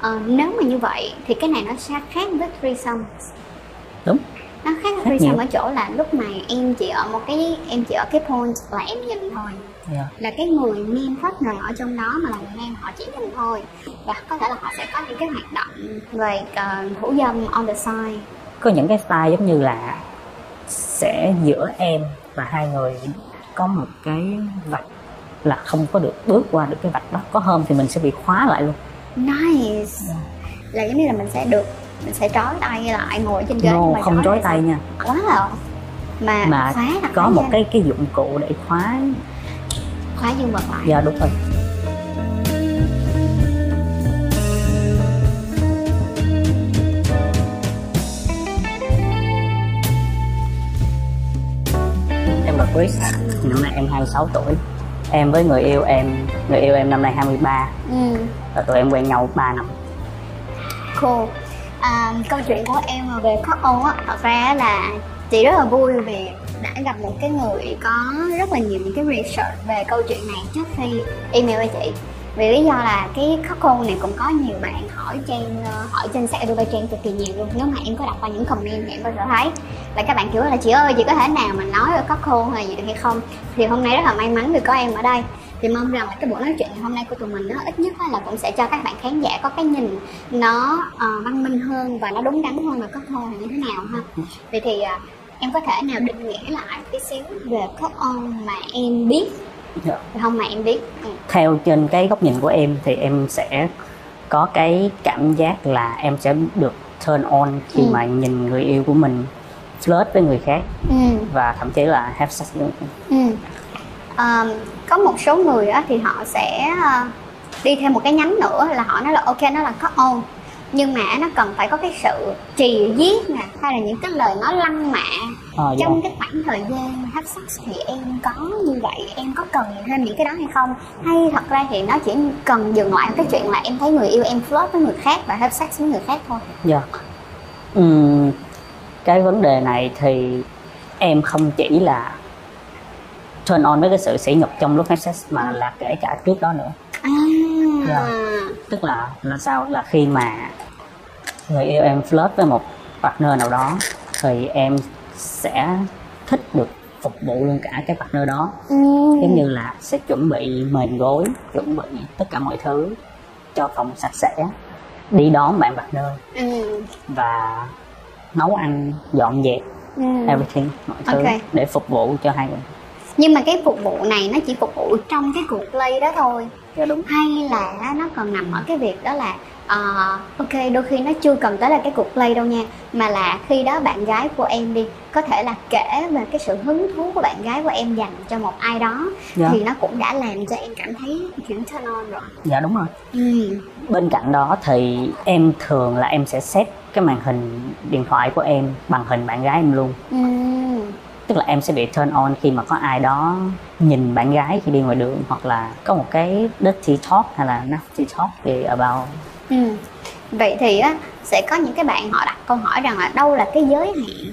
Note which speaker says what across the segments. Speaker 1: Ờ, nếu mà như vậy thì cái này nó sẽ khác với threesome
Speaker 2: Đúng.
Speaker 1: nó khác với
Speaker 2: Khác
Speaker 1: threesome
Speaker 2: nhiều.
Speaker 1: ở chỗ là lúc này em chỉ ở một cái em chỉ ở cái point là em nhìn thôi
Speaker 2: Dạ.
Speaker 1: là cái người main partner ở trong đó mà là người nam họ chỉ nhìn thôi và có thể là họ sẽ có những cái hoạt động về ờ, thủ dâm on the side
Speaker 2: có những cái style giống như là sẽ giữa em và hai người có một cái vạch là không có được bước qua được cái vạch đó có hôm thì mình sẽ bị khóa lại luôn Dạ.
Speaker 1: nice là giống như là mình sẽ được mình sẽ trói tay lại ngồi trên ghế Dạ, nhưng
Speaker 2: no
Speaker 1: mà
Speaker 2: không trói tay nha
Speaker 1: quá wow. mà,
Speaker 2: Mà
Speaker 1: khóa đặt
Speaker 2: có
Speaker 1: nó
Speaker 2: một
Speaker 1: lên,
Speaker 2: cái cái dụng cụ để khóa
Speaker 1: khóa dương vật lại
Speaker 2: dạ đúng rồi em là Chris năm nay em 26 tuổi em với người yêu em người yêu em năm nay 23
Speaker 1: ừ.
Speaker 2: và tụi em quen nhau 3 năm
Speaker 1: Cool. À, câu chuyện của em mà về khóc ô á, thật ra là chị rất là vui vì đã gặp một cái người có rất là nhiều những cái research về câu chuyện này trước khi email với chị vì lý do là cái khóc ô này cũng có nhiều bạn hỏi trên ờ, hỏi trên sách Adobe Trang cực kỳ nhiều luôn nếu mà em có đọc qua những comment thì em có thể thấy là các bạn kiểu là chị ơi chị có thể nào mà nói về khóc khô hay gì được hay không thì hôm nay rất là may mắn vì có em ở đây thì mong rằng là cái buổi nói chuyện ngày hôm nay của tụi mình nó ít nhất á là cũng sẽ cho các bạn khán giả có cái nhìn nó ờ, văn minh hơn và nó đúng đắn hơn về cốt ô là như thế nào ha vậy thì ờ, em có thể nào định nghĩa lại một tí xíu về cốt ô mà em biết
Speaker 2: Dạ.
Speaker 1: được không mà em biết ừ.
Speaker 2: theo trên cái góc nhìn của em thì em sẽ có cái cảm giác là em sẽ được turn on khi
Speaker 1: Ừ.
Speaker 2: mà nhìn người yêu của mình flirt với người khác
Speaker 1: Ừ.
Speaker 2: và thậm chí là have sex với người khác.
Speaker 1: Ừ. Ờm, có một số người á, thì họ sẽ ờ, đi thêm một cái nhánh nữa là họ nói là ok nó là có ôn nhưng mà nó cần phải có cái sự trì giết nè hay là những cái lời nói lăng mạ
Speaker 2: Ờ, dạ.
Speaker 1: trong cái khoảng thời gian hấp sex thì em có như vậy em có cần thêm những cái đó hay không hay thật ra thì nó chỉ cần dừng lại ở cái chuyện là em thấy người yêu em flirt với người khác và hấp sex với người khác thôi
Speaker 2: Dạ. Ừm, Ừ. cái vấn đề này thì em không chỉ là turn on với cái sự sỉ nhục trong lúc have sex mà là kể cả trước đó nữa.
Speaker 1: à
Speaker 2: Dạ. Tức là là sao? Là khi mà người yêu em flirt với một partner nào đó thì em sẽ thích được phục vụ luôn cả cái partner đó.
Speaker 1: ừ.
Speaker 2: Giống như là sẽ chuẩn bị mền gối, chuẩn bị tất cả mọi thứ cho phòng sạch sẽ, đi đón bạn partner
Speaker 1: ừ.
Speaker 2: và nấu ăn dọn dẹp
Speaker 1: ừ.
Speaker 2: everything mọi thứ
Speaker 1: Ok.
Speaker 2: để phục vụ cho hai người
Speaker 1: nhưng mà cái phục vụ này nó chỉ phục vụ trong cái cuộc play đó thôi
Speaker 2: dạ đúng
Speaker 1: hay là nó còn nằm ở cái việc đó là ờ, ok đôi khi nó chưa cần tới là cái cuộc play đâu nha mà là khi đó bạn gái của em đi có thể là kể về cái sự hứng thú của bạn gái của em dành cho một ai đó
Speaker 2: dạ,
Speaker 1: thì nó cũng đã làm cho em cảm thấy chuyện turn on rồi
Speaker 2: dạ đúng rồi
Speaker 1: ừ
Speaker 2: bên cạnh đó thì em thường là em sẽ set cái màn hình điện thoại của em bằng hình bạn gái em luôn
Speaker 1: ừ
Speaker 2: tức là em sẽ bị turn on khi mà có ai đó nhìn bạn gái khi đi ngoài đường hoặc là có một cái dirty talk hay là nasty talk về about
Speaker 1: ừ vậy thì á sẽ có những cái bạn họ đặt câu hỏi rằng là đâu là cái giới hạn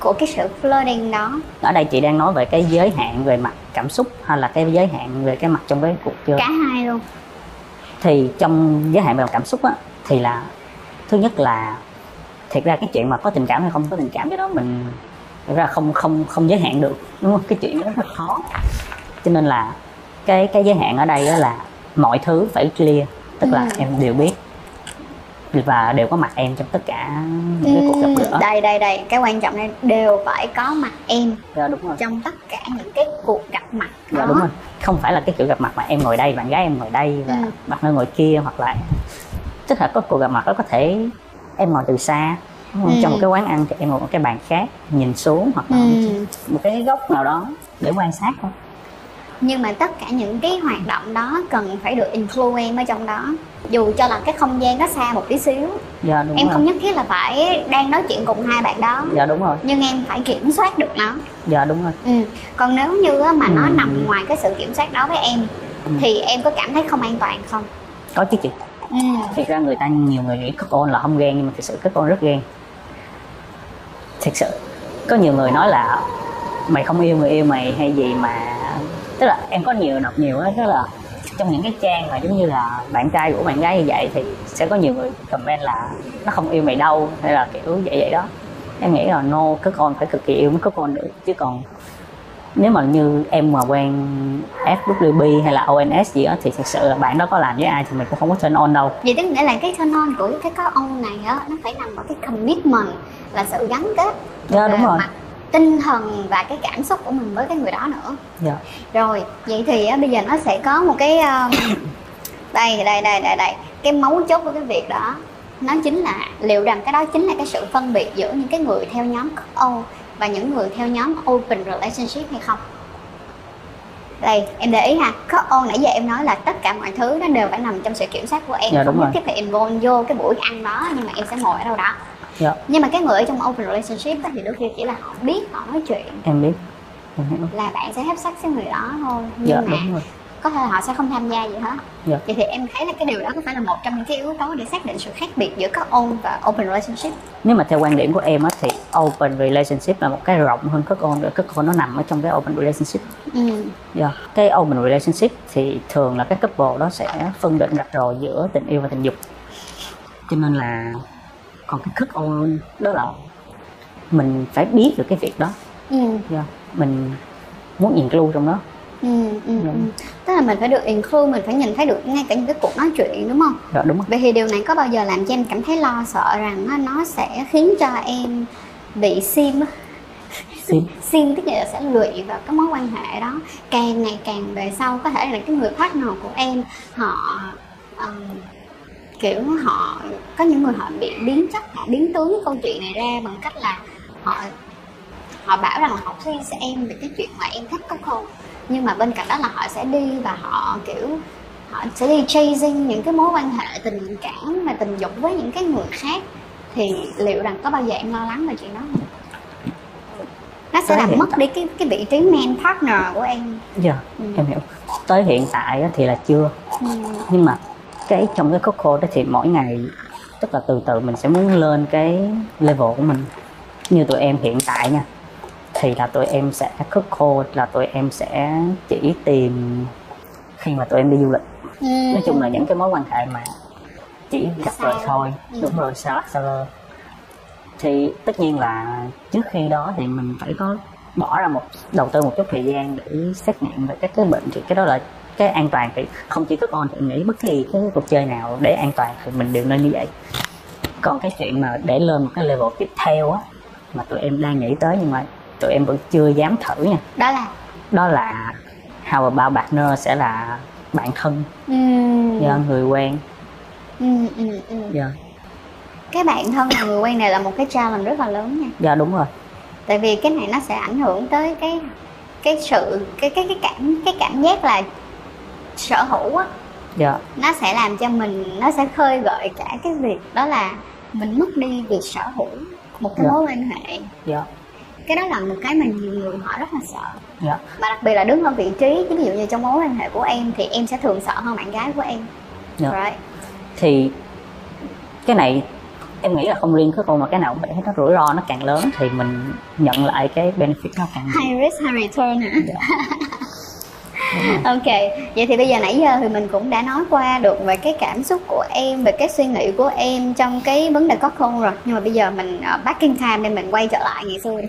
Speaker 1: của cái sự flirting đó
Speaker 2: ở đây chị đang nói về cái giới hạn về mặt cảm xúc hay là cái giới hạn về cái mặt trong cái cuộc chơi
Speaker 1: cả hai luôn
Speaker 2: thì trong giới hạn về mặt cảm xúc á thì là thứ nhất là thiệt ra cái chuyện mà có tình cảm hay không có tình cảm cái đó mình thực ra không không không giới hạn được đúng không cái chuyện đó rất khó cho nên là cái cái giới hạn ở đây đó là mọi thứ phải clear tức là
Speaker 1: Ừ.
Speaker 2: em đều biết và đều có mặt em trong tất cả những cái cuộc
Speaker 1: Ừ.
Speaker 2: gặp gỡ
Speaker 1: đây đây đây cái quan trọng đây đều phải có mặt em
Speaker 2: dạ đúng rồi
Speaker 1: trong tất cả những cái cuộc gặp mặt đó
Speaker 2: dạ đúng rồi không phải là cái kiểu gặp mặt mà em ngồi đây bạn gái em ngồi đây và
Speaker 1: Ừ.
Speaker 2: bạn nơi ngồi kia hoặc là tức là có cuộc gặp mặt đó có thể em ngồi từ xa đúng không?
Speaker 1: Ừ.
Speaker 2: trong một cái quán ăn thì em ngồi một cái bàn khác nhìn xuống hoặc là
Speaker 1: Ừ.
Speaker 2: một cái góc nào đó để quan sát thôi
Speaker 1: nhưng mà tất cả những cái hoạt động đó cần phải được include em ở trong đó dù cho là cái không gian nó xa một tí xíu
Speaker 2: dạ đúng
Speaker 1: em
Speaker 2: rồi
Speaker 1: không nhất thiết là phải đang nói chuyện cùng hai bạn đó
Speaker 2: dạ đúng rồi
Speaker 1: nhưng em phải kiểm soát được nó
Speaker 2: dạ đúng rồi
Speaker 1: ừ. còn nếu như á, mà nó
Speaker 2: Ừ.
Speaker 1: nằm ngoài cái sự kiểm soát đó với em
Speaker 2: Ừ.
Speaker 1: thì em có cảm thấy không an toàn không
Speaker 2: có chứ chị
Speaker 1: ừ.
Speaker 2: thiệt ra người ta nhiều người nghĩ các con là không ghen nhưng mà thực sự các con rất ghen thực sự có nhiều người nói là mày không yêu người yêu mày hay gì mà tức là em có nhiều đọc nhiều á tức là trong những cái trang mà giống như là bạn trai của bạn gái như vậy thì sẽ có nhiều người comment là nó không yêu mày đâu hay là kiểu vậy vậy đó em nghĩ là no cứ con phải cực kỳ yêu mới có con được chứ còn nếu mà như em mà quen FWB hay là ONS gì đó thì thật sự là bạn đó có làm với ai thì mình cũng không có turn on đâu
Speaker 1: vậy tức nghĩa là cái turn on của cái có on này á nó phải nằm vào cái commitment là sự gắn kết
Speaker 2: Dạ, đúng
Speaker 1: về
Speaker 2: rồi.
Speaker 1: mặt tinh thần và cái cảm xúc của mình với cái người đó nữa
Speaker 2: Dạ.
Speaker 1: rồi vậy thì á, bây giờ nó sẽ có một cái ờ, đây đây đây đây đây cái mấu chốt của cái việc đó nó chính là liệu rằng cái đó chính là cái sự phân biệt giữa những cái người theo nhóm couple và những người theo nhóm open relationship hay không đây em để ý ha couple nãy giờ em nói là tất cả mọi thứ nó đều phải nằm trong sự kiểm soát của em
Speaker 2: Dạ, đúng
Speaker 1: không nhất
Speaker 2: rồi.
Speaker 1: thiết phải involve vô cái buổi ăn đó nhưng mà em sẽ ngồi ở đâu đó
Speaker 2: Dạ.
Speaker 1: nhưng mà cái người ở trong open relationship á thì đôi khi chỉ là họ biết họ nói chuyện
Speaker 2: em biết em hiểu
Speaker 1: là bạn sẽ hấp sắc với người đó thôi nhưng
Speaker 2: dạ
Speaker 1: mà
Speaker 2: đúng rồi
Speaker 1: có thể là họ sẽ không tham gia gì hết
Speaker 2: Dạ.
Speaker 1: vậy thì em thấy là cái điều đó có phải là một trong những cái yếu tố để xác định sự khác biệt giữa các on và open relationship
Speaker 2: nếu mà theo quan điểm của em á thì open relationship là một cái rộng hơn các con các con nó nằm ở trong cái open relationship
Speaker 1: ừ.
Speaker 2: Dạ. Cái open relationship thì thường là các couple đó sẽ phân định rạch ròi giữa tình yêu và tình dục. Cho nên là còn cái thức open đó là mình phải biết được cái việc đó.
Speaker 1: Ừ.
Speaker 2: Dạ. Mình muốn include trong đó.
Speaker 1: Ừ. Ừ.
Speaker 2: Dạ.
Speaker 1: Ừ. tức là mình phải được include mình phải nhìn thấy được ngay cả những cái cuộc nói chuyện đúng không
Speaker 2: Dạ đúng không?
Speaker 1: vậy thì điều này có bao giờ làm cho em cảm thấy lo sợ rằng á, nó sẽ khiến cho em bị sim á?
Speaker 2: Sim.
Speaker 1: sim tức là sẽ lụy vào cái mối quan hệ đó càng ngày càng về sau có thể là cái người partner của em họ ừm, kiểu họ có những người họ bị biến chất họ biến tướng cái câu chuyện này ra bằng cách là họ họ bảo rằng là họ suy sẽ em về cái chuyện mà em thích có không nhưng mà bên cạnh đó là họ sẽ đi và họ kiểu họ sẽ đi chasing những cái mối quan hệ tình cảm và tình dục với những cái người khác thì liệu rằng có bao giờ em lo lắng về chuyện đó không? Nó sẽ
Speaker 2: Tới
Speaker 1: làm
Speaker 2: hiện
Speaker 1: mất đi cái cái vị trí man partner của em.
Speaker 2: Dạ,
Speaker 1: Ừ.
Speaker 2: em hiểu. Tới hiện tại á thì là chưa.
Speaker 1: Ừ.
Speaker 2: nhưng mà cái trong cái coco đó thì mỗi ngày tức là từ từ mình sẽ muốn lên cái level của mình như tụi em hiện tại nha thì là tụi em sẽ coco là tụi em sẽ chỉ tìm khi mà tụi em đi du lịch
Speaker 1: Ừ.
Speaker 2: nói chung là những cái mối quan hệ mà chỉ gặp rồi thôi
Speaker 1: Ừ.
Speaker 2: đúng rồi sao sao lơ. thì tất nhiên là trước khi đó thì mình phải có bỏ ra một đầu tư một chút thời gian để xét nghiệm về các cái bệnh thì cái đó là cái an toàn thì không chỉ các con thì nghĩ bất kỳ cái cuộc chơi nào để an toàn thì mình đều nên như vậy còn cái chuyện mà để lên một cái level tiếp theo á mà tụi em đang nghĩ tới nhưng mà tụi em vẫn chưa dám thử nha
Speaker 1: đó là
Speaker 2: đó là how about partner sẽ là bạn thân
Speaker 1: ừ.
Speaker 2: yeah, người quen
Speaker 1: Ừ, ừ, ừ.
Speaker 2: yeah.
Speaker 1: cái bạn thân và người quen này là một cái challenge rất là lớn nha
Speaker 2: dạ đúng rồi
Speaker 1: tại vì cái này nó sẽ ảnh hưởng tới cái cái sự cái cái cái cảm cái cảm giác là sở hữu á
Speaker 2: dạ
Speaker 1: nó sẽ làm cho mình nó sẽ khơi gợi cả cái việc đó là mình mất đi việc sở hữu một cái
Speaker 2: Dạ.
Speaker 1: mối quan hệ
Speaker 2: dạ
Speaker 1: cái đó là một cái mà nhiều người họ rất là sợ
Speaker 2: dạ
Speaker 1: mà đặc biệt là đứng ở vị trí ví dụ như trong mối quan hệ của em thì em sẽ thường sợ hơn bạn gái của em
Speaker 2: Dạ.
Speaker 1: right
Speaker 2: thì cái này em nghĩ là không riêng cái con mà cái nào cũng vậy hết nó rủi ro nó càng lớn thì mình nhận lại cái benefit nó càng nhiều
Speaker 1: high risk high return hả ok vậy thì bây giờ nãy giờ thì mình cũng đã nói qua được về cái cảm xúc của em về cái suy nghĩ của em trong cái vấn đề có khôn rồi nhưng mà bây giờ mình ờ, back in time để mình quay trở lại ngày xưa đi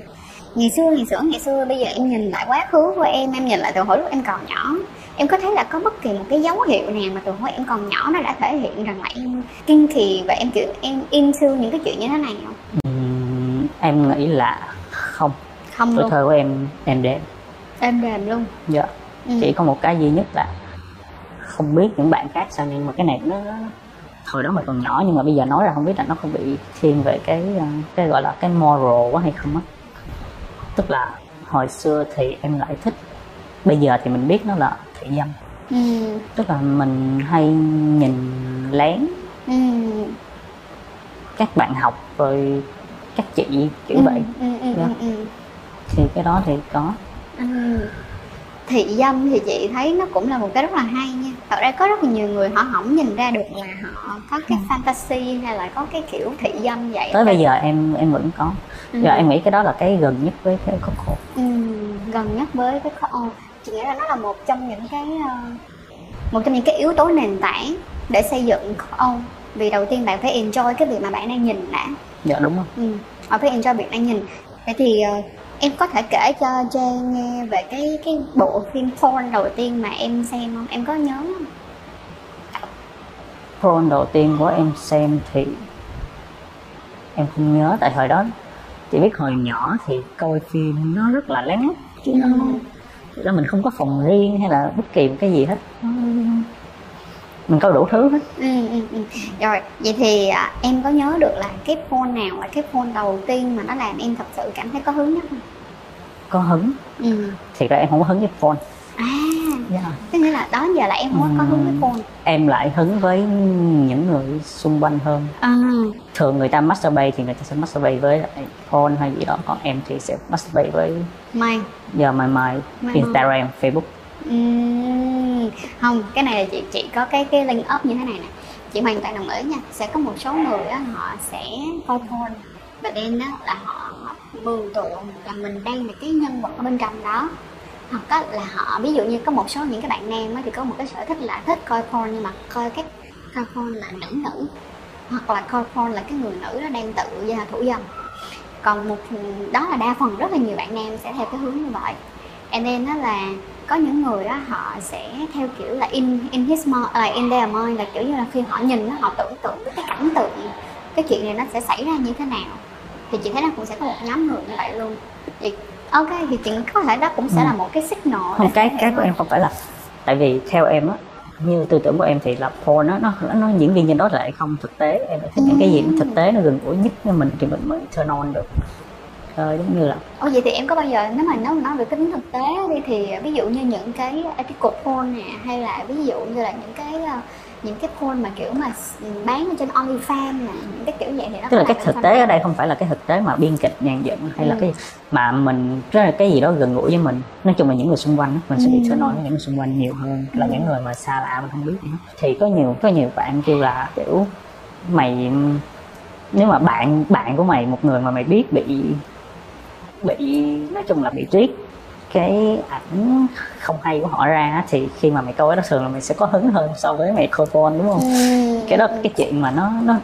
Speaker 1: ngày xưa ngày xưa ngày xưa bây giờ em nhìn lại quá khứ của em em nhìn lại từ hồi lúc em còn nhỏ em có thấy là có bất kỳ một cái dấu hiệu nào mà từ hồi em còn nhỏ nó đã thể hiện rằng là em kiên trì và em kiểu em into những cái chuyện như thế này không
Speaker 2: Ừm, em nghĩ là không
Speaker 1: không
Speaker 2: tuổi
Speaker 1: luôn
Speaker 2: thơ của em em đếm
Speaker 1: em đềm luôn
Speaker 2: dạ
Speaker 1: ừ.
Speaker 2: chỉ có một cái duy nhất là không biết những bạn khác sao nhưng mà cái này nó nó- hồi đó mình còn nhỏ nhưng mà bây giờ nói ra không biết là nó không bị thiên về cái ờ, cái gọi là cái moral quá hay không á tức là hồi xưa thì em lại thích bây giờ thì mình biết nó là thị dâm
Speaker 1: Ừ.
Speaker 2: tức là mình hay nhìn lén
Speaker 1: Ừ.
Speaker 2: các bạn học rồi các chị kiểu
Speaker 1: Ừ,
Speaker 2: vậy
Speaker 1: ừ, ừ,
Speaker 2: Dạ.
Speaker 1: ừ, ừ.
Speaker 2: thì cái đó thì có
Speaker 1: Ừ. thị dâm thì chị thấy nó cũng là một cái rất là hay nha thật ra có rất là nhiều người họ không nhìn ra được là họ có cái fantasy hay là có cái kiểu thị dâm vậy
Speaker 2: Ừ. tới bây giờ em em vẫn có
Speaker 1: ừ.
Speaker 2: giờ em nghĩ cái đó là cái gần nhất với cái khúc khổ
Speaker 1: Ừ, gần nhất với cái khó ô. chị nghĩ là nó là một trong những cái ờ, một trong những cái yếu tố nền tảng để xây dựng các ông vì đầu tiên bạn phải enjoy cái việc mà bạn đang nhìn đã
Speaker 2: dạ đúng rồi
Speaker 1: ừ. bạn phải enjoy việc đang nhìn vậy thì ờ, em có thể kể cho Trang nghe về cái cái bộ phim porn đầu tiên mà em xem không em có nhớ không
Speaker 2: Porn đầu tiên của em xem thì em không nhớ tại hồi đó chỉ biết hồi nhỏ thì coi phim nó rất là lén chứ nó thực ra mình không có phòng riêng hay là bất kỳ một cái gì hết mình coi đủ thứ hết
Speaker 1: ừ, ừ, ừ. rồi vậy thì à, em có nhớ được là cái porn nào là cái porn đầu tiên mà nó làm em thật sự cảm thấy có hứng nhất không
Speaker 2: có hứng
Speaker 1: ừ.
Speaker 2: thiệt ra em không có hứng với porn
Speaker 1: à có nghĩa là đó giờ là em không có hứng với porn
Speaker 2: em lại hứng với những người xung quanh hơn
Speaker 1: à,
Speaker 2: thường người ta masturbate thì người ta sẽ masturbate với lại porn hay gì đó còn em thì sẽ masturbate với
Speaker 1: mai
Speaker 2: giờ mày mày
Speaker 1: Mày
Speaker 2: Instagram Facebook
Speaker 1: Ừm, không cái này là chị chị có cái cái link up như thế này nè chị hoàn toàn đồng ý nha sẽ có một số người á họ sẽ coi porn và đen á là họ họ mường tượng là mình đang là cái nhân vật ở bên trong đó hoặc á, là họ ví dụ như có một số những cái bạn nam á thì có một cái sở thích là thích coi porn nhưng mà coi cái coi porn là nữ nữ hoặc là coi porn là cái người nữ nó đang tự gia thủ dâm còn một đó là đa phần rất là nhiều bạn nam sẽ theo cái hướng như vậy and then đó là có những người đó họ sẽ theo kiểu là in in his mind là in their mind là kiểu như là khi họ nhìn nó họ tưởng tượng cái cái cảnh tượng cái chuyện này nó sẽ xảy ra như thế nào thì chị thấy là cũng sẽ có một nhóm người như vậy luôn thì ok thì chị có thể đó cũng sẽ là một cái signal để
Speaker 2: Ừ. không cái
Speaker 1: thể
Speaker 2: cái của em không phải là tại vì theo em á như tư tưởng của em thì là porn nó nó nó diễn viên trên đó lại không thực tế em phải thích những cái gì nó thực tế nó gần gũi nhất với mình thì mình mới turn on được Ờ, giống như là
Speaker 1: Ồ vậy thì em có bao giờ nếu mà nói nói về tính thực tế đi thì ví dụ như những cái ethical porn nè hay là ví dụ như là những cái ờ, những cái porn mà kiểu mà s- ừ, bán ở trên OnlyFans nè những cái kiểu vậy thì nó
Speaker 2: tức là
Speaker 1: có
Speaker 2: cái
Speaker 1: làm
Speaker 2: thực
Speaker 1: sao
Speaker 2: tế
Speaker 1: đâu?
Speaker 2: ở đây không phải là cái thực tế mà biên kịch nhàn dựng hay là
Speaker 1: Ừ.
Speaker 2: cái mà mình rất là cái gì đó gần gũi với mình nói chung là những người xung quanh á, mình sẽ bị turn on với những người xung quanh nhiều hơn là những người mà xa lạ mình không biết gì hết. thì có nhiều có nhiều bạn kêu là kiểu mày nếu mà bạn bạn của mày một người mà mày biết bị bị nói chung là bị riết cái ảnh không hay của họ ra á, thì khi mà mày coi đó thường là mày sẽ có hứng hơn so với mày coi porn đúng không
Speaker 1: Ừ.
Speaker 2: cái đó cái chuyện mà nó nó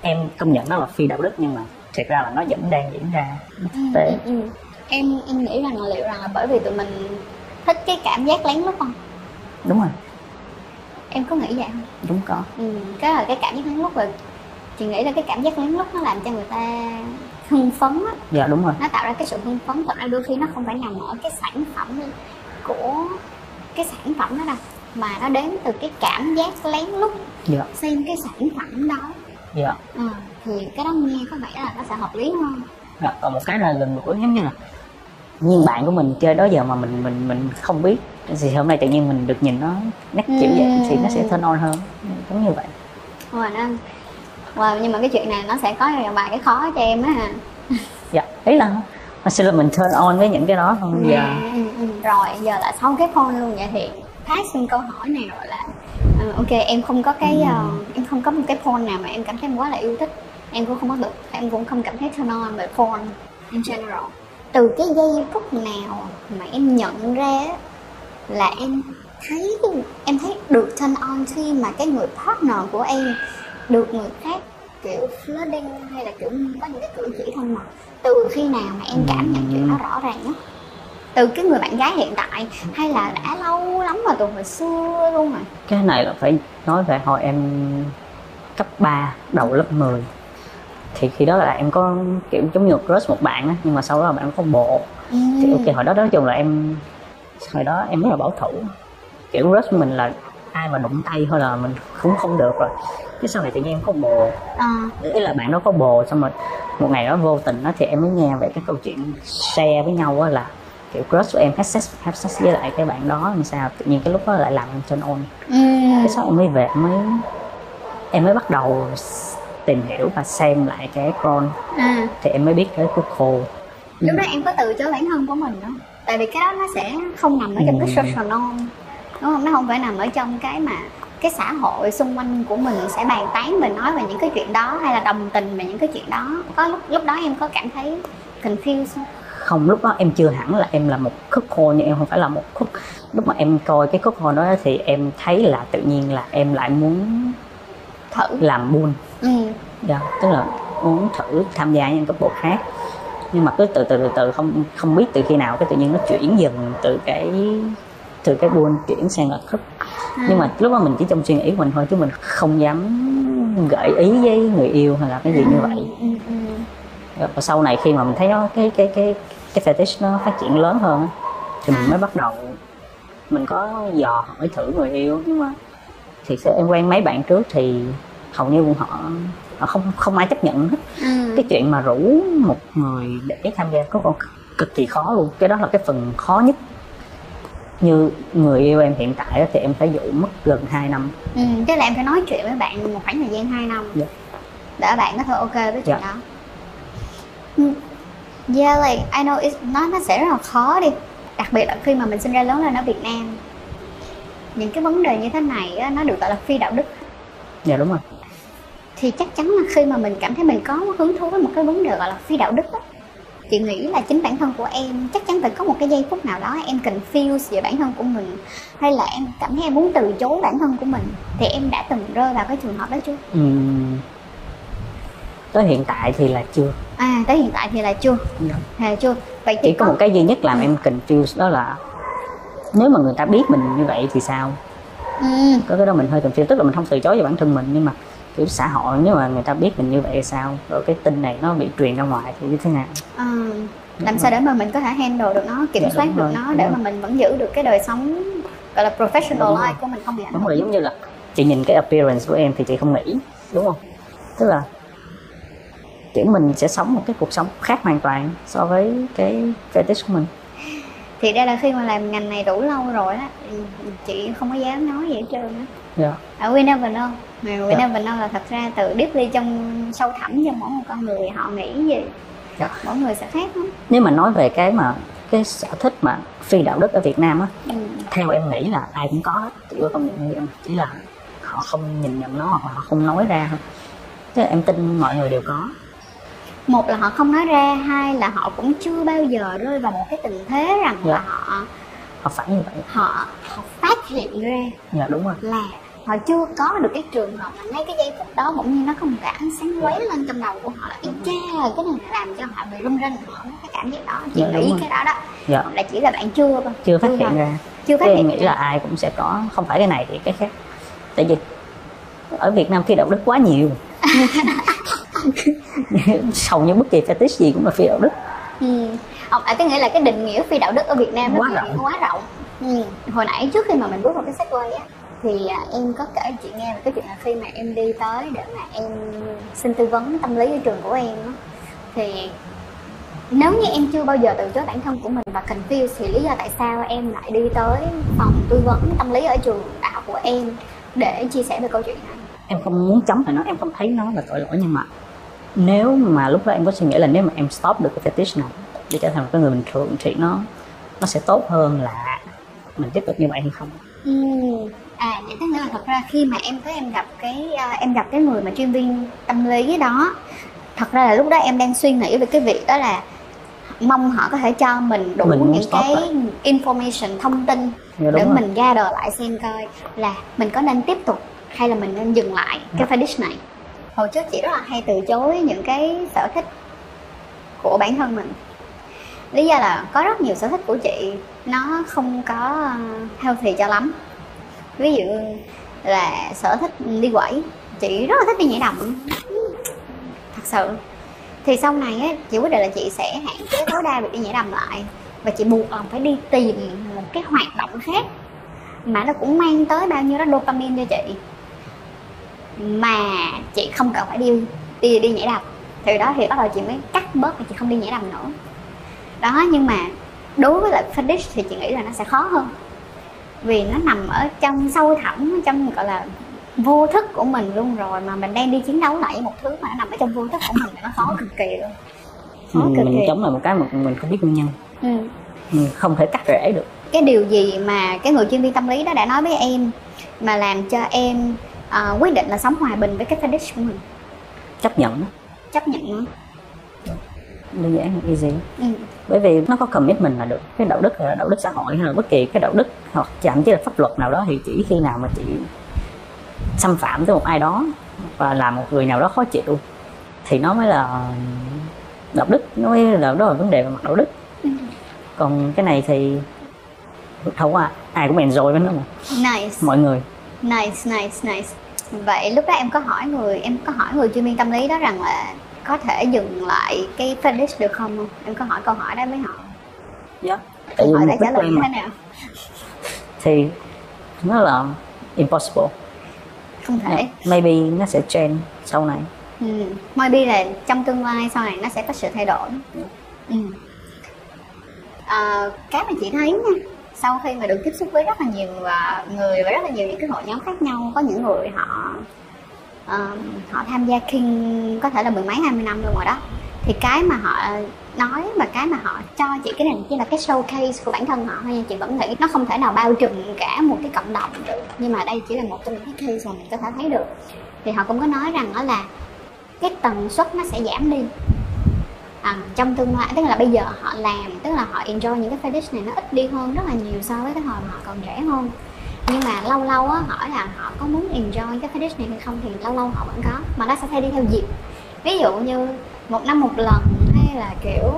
Speaker 2: em công nhận nó là phi đạo đức nhưng mà thiệt ra là nó vẫn đang diễn ra thực tế
Speaker 1: Ừ, ừ. em em nghĩ rằng là liệu rằng là bởi vì tụi mình thích cái cảm giác lén lút không
Speaker 2: đúng rồi
Speaker 1: em có nghĩ vậy không
Speaker 2: đúng có
Speaker 1: ừ, cái là cái cảm giác lén lút rồi chị nghĩ là cái cảm giác lén lút nó làm cho người ta hưng phấn á
Speaker 2: dạ đúng rồi
Speaker 1: nó tạo ra cái sự hưng phấn thật ra đôi khi nó không phải nằm ở cái sản phẩm của cái sản phẩm đó đâu mà nó đến từ cái cảm giác lén lút
Speaker 2: dạ
Speaker 1: xem cái sản phẩm đó
Speaker 2: dạ
Speaker 1: Ờ, thì cái đó nghe có vẻ là nó sẽ hợp lý hơn
Speaker 2: Dạ, còn một cái là gần gũi giống như là nhiên bạn của mình chơi đó giờ mà mình mình mình không biết thì hôm nay tự nhiên mình được nhìn nó nét kiểu vậy thì nó sẽ turn on hơn giống như vậy
Speaker 1: Ngoài nó wow, nhưng mà cái chuyện này nó sẽ có vài cái khó cho em á ha
Speaker 2: dạ ý là nó sẽ là mình turn on với những cái đó thôi dạ
Speaker 1: Ừ, ừ, ừ. rồi giờ là sau cái phone luôn vậy thì phát sinh câu hỏi này rồi là ờ, ok em không có cái ờ, em không có một cái phone nào mà em cảm thấy em quá là yêu thích em cũng không có được em cũng không cảm thấy turn on về phone in general từ cái giây phút nào mà em nhận ra á, là em thấy em thấy được turn on khi mà cái người partner của em được người khác kiểu flirting hay là kiểu có những cái cử chỉ thân mật từ khi nào mà em cảm nhận chuyện đó rõ ràng nhất từ cái người bạn gái hiện tại hay là đã lâu lắm rồi từ hồi xưa luôn rồi
Speaker 2: cái này là phải nói về hồi em cấp 3 đầu lớp 10 thì khi đó là em có kiểu giống như crush một bạn á nhưng mà sau đó là bạn có bộ thì
Speaker 1: Ừ.
Speaker 2: ok hồi đó nói chung là em hồi đó em rất là bảo thủ kiểu crush của mình là ai mà đụng tay thôi là mình cũng không được rồi cái sau này tự nhiên em có bồ
Speaker 1: à,
Speaker 2: ý là bạn đó có bồ xong rồi một ngày đó vô tình đó thì em mới nghe về cái câu chuyện share với nhau á là kiểu crush của em hết sex hết sex với lại cái bạn đó làm sao tự nhiên cái lúc đó lại làm em turn on
Speaker 1: ừ,
Speaker 2: cái sau em mới về em mới em mới bắt đầu s- tìm hiểu và xem lại cái con
Speaker 1: à.
Speaker 2: thì em mới biết tới cái cô Ừ.
Speaker 1: lúc đó em có từ chối bản thân của mình đó tại vì cái đó nó sẽ không nằm ở trong
Speaker 2: Ừ.
Speaker 1: cái social norm đúng không nó không phải nằm ở trong cái mà cái xã hội xung quanh của mình sẽ bàn tán mình nói về những cái chuyện đó hay là đồng tình về những cái chuyện đó có lúc lúc đó em có cảm thấy confused không
Speaker 2: không lúc đó em chưa hẳn là em là một khúc khô nhưng em không phải là một khúc lúc mà em coi cái khúc khô đó thì em thấy là tự nhiên là em lại muốn
Speaker 1: thử
Speaker 2: làm buôn
Speaker 1: ừ
Speaker 2: Dạ, tức là muốn thử tham gia những cái bộ khác nhưng mà cứ từ từ từ từ không không biết từ khi nào cái tự nhiên nó chuyển dần từ cái từ cái buôn chuyển sang là khúc nhưng mà lúc đó mình chỉ trong suy nghĩ của mình thôi chứ mình không dám gợi ý với người yêu hay là cái gì như vậy
Speaker 1: ừ, ừ.
Speaker 2: và sau này khi mà mình thấy nó cái cái cái cái fetish nó phát triển lớn hơn á, thì
Speaker 1: À.
Speaker 2: mình mới bắt đầu mình có dò hỏi thử người yêu nhưng mà thì sẽ em quen mấy bạn trước thì hầu như họ họ không không ai chấp nhận hết
Speaker 1: ừ.
Speaker 2: cái chuyện mà rủ một người để tham gia có con cực kỳ khó luôn cái đó là cái phần khó nhất như người yêu em hiện tại á, thì em phải dụ mất gần 2 năm
Speaker 1: Ừ, tức là em phải nói chuyện với bạn một khoảng thời gian 2 năm
Speaker 2: Dạ.
Speaker 1: Để bạn có thể ok với chuyện
Speaker 2: Dạ.
Speaker 1: đó Ừ. Yeah, like, I know it's, nó, nó sẽ rất là khó đi Đặc biệt là khi mà mình sinh ra lớn lên ở Việt Nam Những cái vấn đề như thế này á, nó được gọi là phi đạo đức
Speaker 2: dạ đúng rồi
Speaker 1: Thì chắc chắn là khi mà mình cảm thấy mình có hứng thú với một cái vấn đề gọi là phi đạo đức á, Chị nghĩ là chính bản thân của em chắc chắn phải có một cái giây phút nào đó em confused về bản thân của mình Hay là em cảm thấy em muốn từ chối bản thân của mình Thì em đã từng rơi vào cái trường hợp đó chưa?
Speaker 2: Ừm, tới hiện tại thì là chưa
Speaker 1: À, tới hiện tại thì là chưa.
Speaker 2: Dạ.
Speaker 1: Là chưa. Vậy thì
Speaker 2: chỉ có một cái duy nhất làm em confused đó là nếu mà người ta biết mình như vậy thì sao
Speaker 1: Ừ,
Speaker 2: có cái đó mình hơi confused tức là mình không từ chối về bản thân mình nhưng mà kiểu xã hội nếu mà người ta biết mình như vậy thì sao rồi cái tin này nó bị truyền ra ngoài thì như thế nào
Speaker 1: à, làm sao để mà mình có thể handle được nó, kiểm
Speaker 2: vâng. Dạ,
Speaker 1: soát
Speaker 2: đúng
Speaker 1: được
Speaker 2: rồi,
Speaker 1: nó
Speaker 2: đúng
Speaker 1: để
Speaker 2: rồi.
Speaker 1: mà mình vẫn giữ được cái đời sống gọi là professional
Speaker 2: Đúng rồi.
Speaker 1: life của mình không bị ảnh
Speaker 2: vâng. đúng
Speaker 1: hưởng.
Speaker 2: rồi giống như là chị nhìn cái appearance của em thì chị không nghĩ đúng không tức là kiểu mình sẽ sống một cái cuộc sống khác hoàn toàn so với cái fetish của mình
Speaker 1: Thì đây là khi mà làm ngành này đủ lâu rồi á, ừ, chị không có dám nói gì hết trơn á.
Speaker 2: dạ
Speaker 1: Ở We Never Know, mà We
Speaker 2: Dạ.
Speaker 1: Never Know là thật ra từ deeply trong sâu thẳm trong mỗi một con người họ nghĩ gì,
Speaker 2: Dạ.
Speaker 1: mỗi người sẽ khác lắm.
Speaker 2: nếu mà nói về cái mà cái sở thích mà phi đạo đức ở Việt Nam á
Speaker 1: Ừ. theo
Speaker 2: theo em nghĩ là ai cũng có hết chỉ có công nhận như em chỉ là họ không nhìn nhận nó hoặc là họ không nói ra thôi chứ em tin mọi người đều có
Speaker 1: một là họ không nói ra hai là họ cũng chưa bao giờ rơi vào một cái tình thế rằng là
Speaker 2: Dạ.
Speaker 1: họ
Speaker 2: họ phải như vậy
Speaker 1: họ họ phát hiện ra
Speaker 2: dạ đúng rồi
Speaker 1: là họ chưa có được cái trường hợp mà ngay cái giây phút đó bỗng nhiên nó có một cái ánh sáng lóe lên trong đầu của họ là cái cha cái này làm cho họ bị rung rinh họ có cái cảm giác đó chị
Speaker 2: Dạ, đúng
Speaker 1: nghĩ
Speaker 2: rồi.
Speaker 1: cái đó đó
Speaker 2: dạ
Speaker 1: là chỉ là bạn chưa thôi,
Speaker 2: chưa phát
Speaker 1: thôi,
Speaker 2: hiện ra
Speaker 1: chưa phát
Speaker 2: Chứ
Speaker 1: hiện
Speaker 2: em nghĩ
Speaker 1: ra.
Speaker 2: là ai cũng sẽ có không phải cái này thì cái khác tại vì ở Việt Nam phi đạo đức quá nhiều hầu như bất kỳ fetish gì cũng là phi đạo đức
Speaker 1: Ừ. Ông, à, tôi nghĩ là cái định nghĩa phi đạo đức ở Việt Nam nó
Speaker 2: Quá
Speaker 1: bị
Speaker 2: rộng.
Speaker 1: quá rộng. Ừ. Hồi nãy trước khi mà mình bước vào cái segue á thì à, em có kể chị nghe về cái chuyện là khi mà em đi tới để mà em xin tư vấn tâm lý ở trường của em á thì nếu như em chưa bao giờ từ chối bản thân của mình và confused thì lý do tại sao em lại đi tới phòng tư vấn tâm lý ở trường đại học của em để chia sẻ về câu chuyện này?
Speaker 2: em không muốn chấm lại nó em không thấy nó là tội lỗi nhưng mà nếu mà lúc đó em có suy nghĩ là nếu mà em stop được cái fetish này để trở thành một cái người bình thường thì nó nó sẽ tốt hơn là mình tiếp tục như vậy hay không
Speaker 1: Ừ. À, vậy tức nghĩa là thật ra khi mà em tới em gặp cái à, em gặp cái người mà chuyên viên tâm lý đó thật ra là lúc đó em đang suy nghĩ về cái việc đó là mong họ có thể cho mình đủ
Speaker 2: Mình muốn
Speaker 1: những
Speaker 2: stop
Speaker 1: cái
Speaker 2: lại.
Speaker 1: information thông tin để
Speaker 2: Dạ, đúng rồi.
Speaker 1: mình ra đời lại xem coi là mình có nên tiếp tục hay là mình nên dừng lại cái
Speaker 2: Ừ.
Speaker 1: fetish này hồi trước chị rất là hay từ chối những cái sở thích của bản thân mình lý do là có rất nhiều sở thích của chị nó không có uh, healthy cho lắm ví dụ là sở thích đi quẩy chị rất là thích đi nhảy đầm thật sự thì sau này á, chị quyết định là chị sẽ hạn chế tối đa việc đi nhảy đầm lại và chị buộc lòng phải đi tìm một cái hoạt động khác mà nó cũng mang tới bao nhiêu đó dopamine cho chị mà chị không cần phải đi đi đi nhảy đầm từ đó thì bắt đầu chị mới cắt bớt và chị không đi nhảy đầm nữa đó nhưng mà đối với lại fetish thì chị nghĩ là nó sẽ khó hơn vì nó nằm ở trong sâu thẳm trong gọi là vô thức của mình luôn rồi mà mình đang đi chiến đấu lại với một thứ mà nó nằm ở trong vô thức của mình nó khó cực kỳ luôn khó
Speaker 2: mình,
Speaker 1: cực
Speaker 2: Ừ, mình
Speaker 1: kỳ
Speaker 2: chống lại một cái mà mình không biết nguyên nhân
Speaker 1: ừ.
Speaker 2: mình không thể cắt rễ được
Speaker 1: cái điều gì mà cái người chuyên viên tâm lý đó đã nói với em mà làm cho em à, quyết định là sống hòa bình với cái fetish của mình
Speaker 2: chấp nhận
Speaker 1: chấp nhận nó Ừ.
Speaker 2: đơn giản easy
Speaker 1: ừ.
Speaker 2: bởi vì nó có commitment là được cái đạo đức là đạo đức xã hội hay là bất kỳ cái đạo đức hoặc thậm chí là pháp luật nào đó thì chỉ khi nào mà chị xâm phạm tới một ai đó và làm một người nào đó khó chịu thì nó mới là đạo đức nó mới là đó là vấn đề về mặt đạo đức
Speaker 1: Ừ.
Speaker 2: còn cái này thì không à ai cũng enjoy với nó mà
Speaker 1: nice
Speaker 2: mọi người
Speaker 1: nice nice nice vậy lúc đó em có hỏi người em có hỏi người chuyên viên tâm lý đó rằng là có thể dừng lại cái finish được không không em có hỏi câu hỏi đó với họ
Speaker 2: tại vì
Speaker 1: họ
Speaker 2: mục
Speaker 1: đã
Speaker 2: đích
Speaker 1: trả
Speaker 2: của
Speaker 1: lời
Speaker 2: em
Speaker 1: như
Speaker 2: mà
Speaker 1: thế nào
Speaker 2: thì nó là impossible
Speaker 1: không
Speaker 2: Dạ.
Speaker 1: thể
Speaker 2: maybe nó sẽ change sau này
Speaker 1: Ừ. Maybe là trong tương lai sau này nó sẽ có sự thay đổi. Ừ. À, cái mà chị thấy nha, sau khi mà được tiếp xúc với rất là nhiều à, người và rất là nhiều những cái hội nhóm khác nhau, có những người họ ờ, họ tham gia King có thể là mười mấy hai mươi năm luôn rồi đó, thì cái mà họ nói và cái mà họ cho chị cái này chỉ là cái showcase của bản thân họ thôi nha chị vẫn nghĩ nó không thể nào bao trùm cả một cái cộng đồng được nhưng mà đây chỉ là một trong những cái case mà mình có thể thấy được thì họ cũng có nói rằng đó là cái tần suất nó sẽ giảm đi à, trong tương lai tức là bây giờ họ làm tức là họ enjoy những cái fetish này nó ít đi hơn rất là nhiều so với cái hồi mà họ còn trẻ hơn nhưng mà lâu lâu á hỏi là họ có muốn enjoy cái fetish này hay không thì lâu lâu họ vẫn có mà nó sẽ thay đi theo dịp ví dụ như một năm một lần hay là kiểu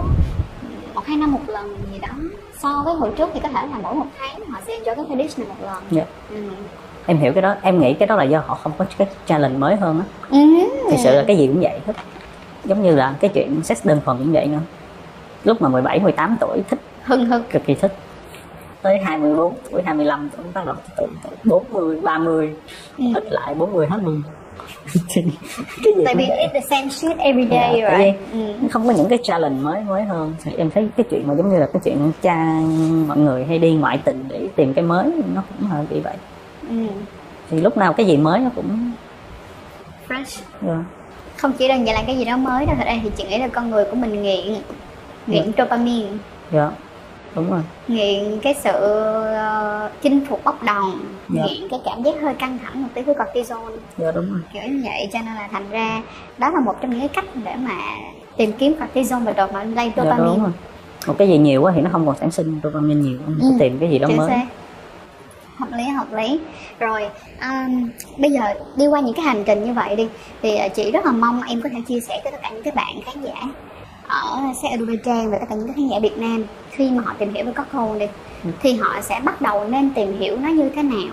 Speaker 1: một hai năm một lần gì đó so với hồi trước thì có thể là mỗi một tháng họ sẽ enjoy cái fetish này một lần
Speaker 2: Dạ.
Speaker 1: ừ.
Speaker 2: em hiểu cái đó em nghĩ cái đó là do họ không có cái challenge mới hơn á
Speaker 1: Ừ.
Speaker 2: thực sự là cái gì cũng vậy hết giống như là cái chuyện sex đơn thuần cũng vậy nữa lúc mà 17, 18 tuổi thích
Speaker 1: hưng hưng
Speaker 2: cực kỳ thích tới 24 tuổi 25 tuổi bắt đầu từ 40 30
Speaker 1: Ừ.
Speaker 2: ít lại 40 hết luôn Thì cái gì
Speaker 1: tại
Speaker 2: cũng
Speaker 1: vì
Speaker 2: vậy.
Speaker 1: it's the same shit every day
Speaker 2: Dạ, tại
Speaker 1: right
Speaker 2: vì
Speaker 1: ừ.
Speaker 2: không có những cái challenge mới mới hơn thì em thấy cái chuyện mà giống như là cái chuyện cha mọi người hay đi ngoại tình để tìm cái mới nó cũng hơi bị vậy
Speaker 1: Ừ.
Speaker 2: thì lúc nào cái gì mới nó cũng
Speaker 1: fresh
Speaker 2: yeah.
Speaker 1: không chỉ đơn giản là cái gì đó mới đâu thật ra thì chị nghĩ là con người của mình nghiện nghiện dopamine
Speaker 2: Dạ, đúng rồi
Speaker 1: nghiện cái sự ờ, chinh phục bốc đồng
Speaker 2: Dạ.
Speaker 1: nghiện cái cảm giác hơi căng thẳng một tí với cortisol
Speaker 2: dạ đúng rồi
Speaker 1: kiểu như vậy cho nên là thành ra đó là một trong những cái cách để mà tìm kiếm cortisol và đột mà lây
Speaker 2: dạ,
Speaker 1: dopamine
Speaker 2: đúng rồi một cái gì nhiều quá thì nó không còn sản sinh dopamine nhiều mình phải
Speaker 1: Ừ.
Speaker 2: tìm cái gì đó
Speaker 1: chính
Speaker 2: mới
Speaker 1: xác hợp lý hợp lý rồi um, bây giờ đi qua những cái hành trình như vậy đi thì ờ, chị rất là mong em có thể chia sẻ tới tất cả những cái bạn khán giả ở xe Azerbaijan và tất cả những cái khán giả Việt Nam khi mà họ tìm hiểu về Coco đi
Speaker 2: Ừ.
Speaker 1: thì họ sẽ bắt đầu nên tìm hiểu nó như thế nào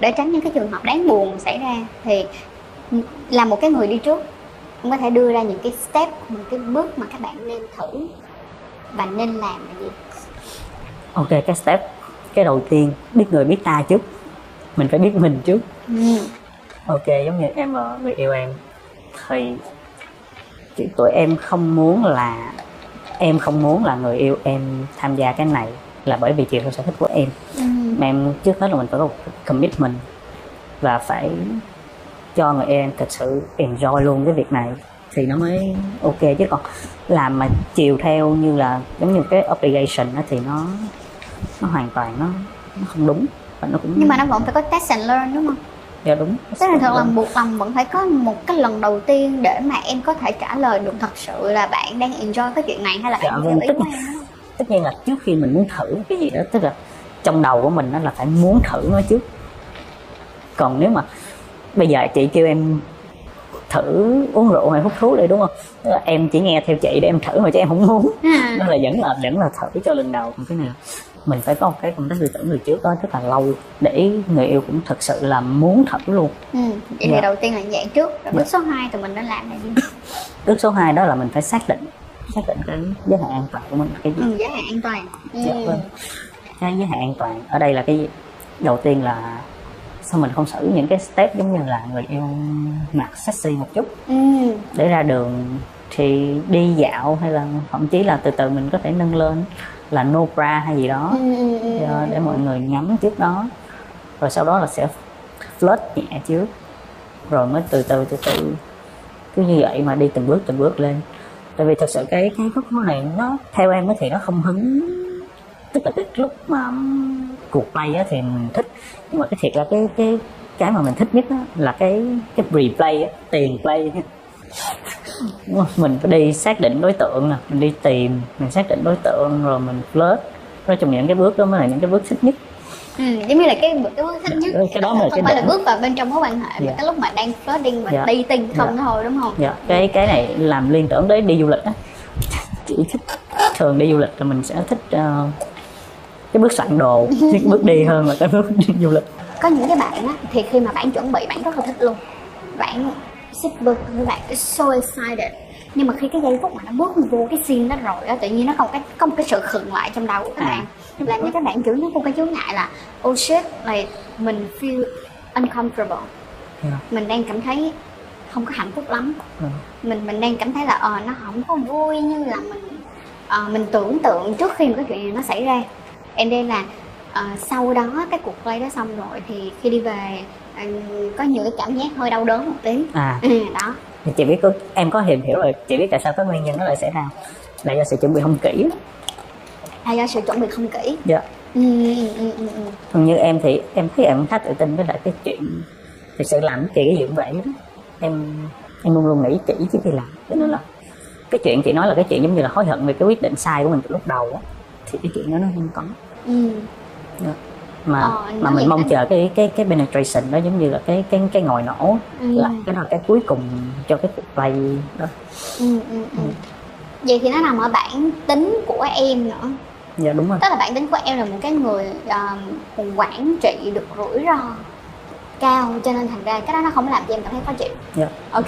Speaker 1: để tránh những cái trường hợp đáng buồn xảy ra thì ừ, là một cái người đi trước em có thể đưa ra những cái step những cái bước mà các bạn nên thử và nên làm là gì
Speaker 2: ok cái step cái đầu tiên biết người biết ta trước mình phải biết mình trước
Speaker 1: ừ.
Speaker 2: ok giống như em ờ, mới yêu em thì chị tụi em không muốn là em không muốn là người yêu em tham gia cái này là bởi vì chuyện theo sở thích của em
Speaker 1: Ừ.
Speaker 2: mà em trước hết là mình phải có một commitment và phải cho người em thật sự enjoy luôn cái việc này thì nó mới ok chứ còn làm mà chiều theo như là giống như cái obligation đó thì nó nó hoàn toàn nó, nó không đúng và nó cũng
Speaker 1: nhưng mà nó vẫn phải có test and learn đúng không
Speaker 2: dạ đúng
Speaker 1: tức là thường là buộc lòng vẫn phải có một cái lần đầu tiên để mà em có thể trả lời được thật sự là bạn đang enjoy cái chuyện này hay là
Speaker 2: Dạ,
Speaker 1: bạn
Speaker 2: vâng,
Speaker 1: hiểu ý
Speaker 2: tức
Speaker 1: của
Speaker 2: là-
Speaker 1: em đó.
Speaker 2: tất nhiên là trước khi mình muốn thử cái gì đó tức là trong đầu của mình nó là phải muốn thử nó trước còn nếu mà bây giờ chị kêu em thử uống rượu hay hút thuốc đi đúng không tức là em chỉ nghe theo chị để em thử mà chứ em không muốn
Speaker 1: À,
Speaker 2: đó là vẫn là vẫn là thử cho lần đầu còn cái này là mình phải có một cái công tác tư tưởng người trước đó rất là lâu để người yêu cũng thực sự là muốn thử luôn
Speaker 1: ừ. vậy
Speaker 2: Dạ.
Speaker 1: thì đầu tiên là dạng trước rồi bước số
Speaker 2: Dạ.
Speaker 1: 2 tụi mình nên làm là gì
Speaker 2: bước số 2 đó là mình phải xác định xác định cái giới hạn an toàn của mình là cái gì
Speaker 1: ừ, giới hạn an toàn ừ.
Speaker 2: vâng. Dạ, vâng. cái giới hạn an toàn ở đây là cái gì đầu tiên là sao mình không xử những cái step giống như là người yêu mặc sexy một chút
Speaker 1: Ừ.
Speaker 2: để ra đường thì đi dạo hay là thậm chí là từ từ mình có thể nâng lên là no bra hay gì đó
Speaker 1: Ừ. ừ, ừ.
Speaker 2: Ờ, để mọi người ngắm trước đó rồi sau đó là sẽ flirt nhẹ trước rồi mới từ từ từ từ cứ như vậy mà đi từng bước từng bước lên tại vì thật sự cái cái khúc này nó theo em á thì nó không hứng tức là cái lúc mà um, cuộc play á thì mình thích nhưng mà cái thiệt là cái cái cái mà mình thích nhất á là cái cái replay á tiền play Đúng không? mình phải đi xác định đối tượng nè mình đi tìm mình xác định đối tượng rồi mình flirt nói chung những cái bước đó mới là những cái bước thích nhất
Speaker 1: Ừ, giống như là cái cái bước thích nhất
Speaker 2: Dạ, Cái đó mà
Speaker 1: không
Speaker 2: cái
Speaker 1: phải là
Speaker 2: đỉnh.
Speaker 1: bước vào bên trong mối quan hệ mà
Speaker 2: Dạ.
Speaker 1: cái lúc mà đang flirting và
Speaker 2: Dạ.
Speaker 1: dating không
Speaker 2: Dạ.
Speaker 1: thôi đúng không
Speaker 2: dạ cái cái này làm liên tưởng đến đi du lịch á chị thích thường đi du lịch là mình sẽ thích ờ, cái bước soạn đồ cái bước đi hơn là cái bước đi du lịch
Speaker 1: có những cái bạn á thì khi mà bạn chuẩn bị bạn rất là thích luôn bạn super như bạn is so excited nhưng mà khi cái giây phút mà nó bước vô cái scene đó rồi á tự nhiên nó có một cái có một cái sự khựng lại trong đầu của các
Speaker 2: À.
Speaker 1: bạn làm cho các bạn kiểu nó có một cái chướng ngại là oh shit like mình feel uncomfortable
Speaker 2: Dạ.
Speaker 1: mình đang cảm thấy không có hạnh phúc lắm
Speaker 2: Ừ.
Speaker 1: mình mình đang cảm thấy là ờ nó không có vui như là mình ờ, mình tưởng tượng trước khi mà cái chuyện này nó xảy ra em đây là ờ, sau đó cái cuộc play đó xong rồi thì khi đi về ờ, có nhiều cái cảm giác hơi đau đớn một tí
Speaker 2: à
Speaker 1: ừ, đó
Speaker 2: thì chị biết có, em có tìm hiểu rồi chị biết tại sao cái nguyên nhân nó lại xảy ra không? là do sự chuẩn bị không kỹ á.
Speaker 1: là do sự chuẩn bị không kỹ
Speaker 2: dạ
Speaker 1: ừ, ừ, ừ, ừ, ừ.
Speaker 2: còn như em thì em thấy em khá tự tin với lại cái chuyện thực sự làm chị cái chuyện vậy đó em em luôn luôn nghĩ kỹ trước khi làm cho nên là cái chuyện chị nói là cái chuyện giống như là hối hận về cái quyết định sai của mình từ lúc đầu á thì cái chuyện đó nó không có
Speaker 1: ừ.
Speaker 2: mà
Speaker 1: Ờ, nó
Speaker 2: mà mình
Speaker 1: vậy
Speaker 2: mong
Speaker 1: đó.
Speaker 2: chờ cái cái cái penetration đó giống như là cái cái cái ngòi nổ
Speaker 1: Ừ.
Speaker 2: là cái đó là cái cuối cùng cho cái cuộc play đó
Speaker 1: Ừ, ừ, ừ. vậy thì nó nằm ở bản tính của em nữa
Speaker 2: dạ đúng rồi
Speaker 1: tức là bản tính của em là một cái người um, quản trị được rủi ro cao cho nên thành ra cái đó nó không làm cho em cảm thấy khó chịu
Speaker 2: Dạ.
Speaker 1: ok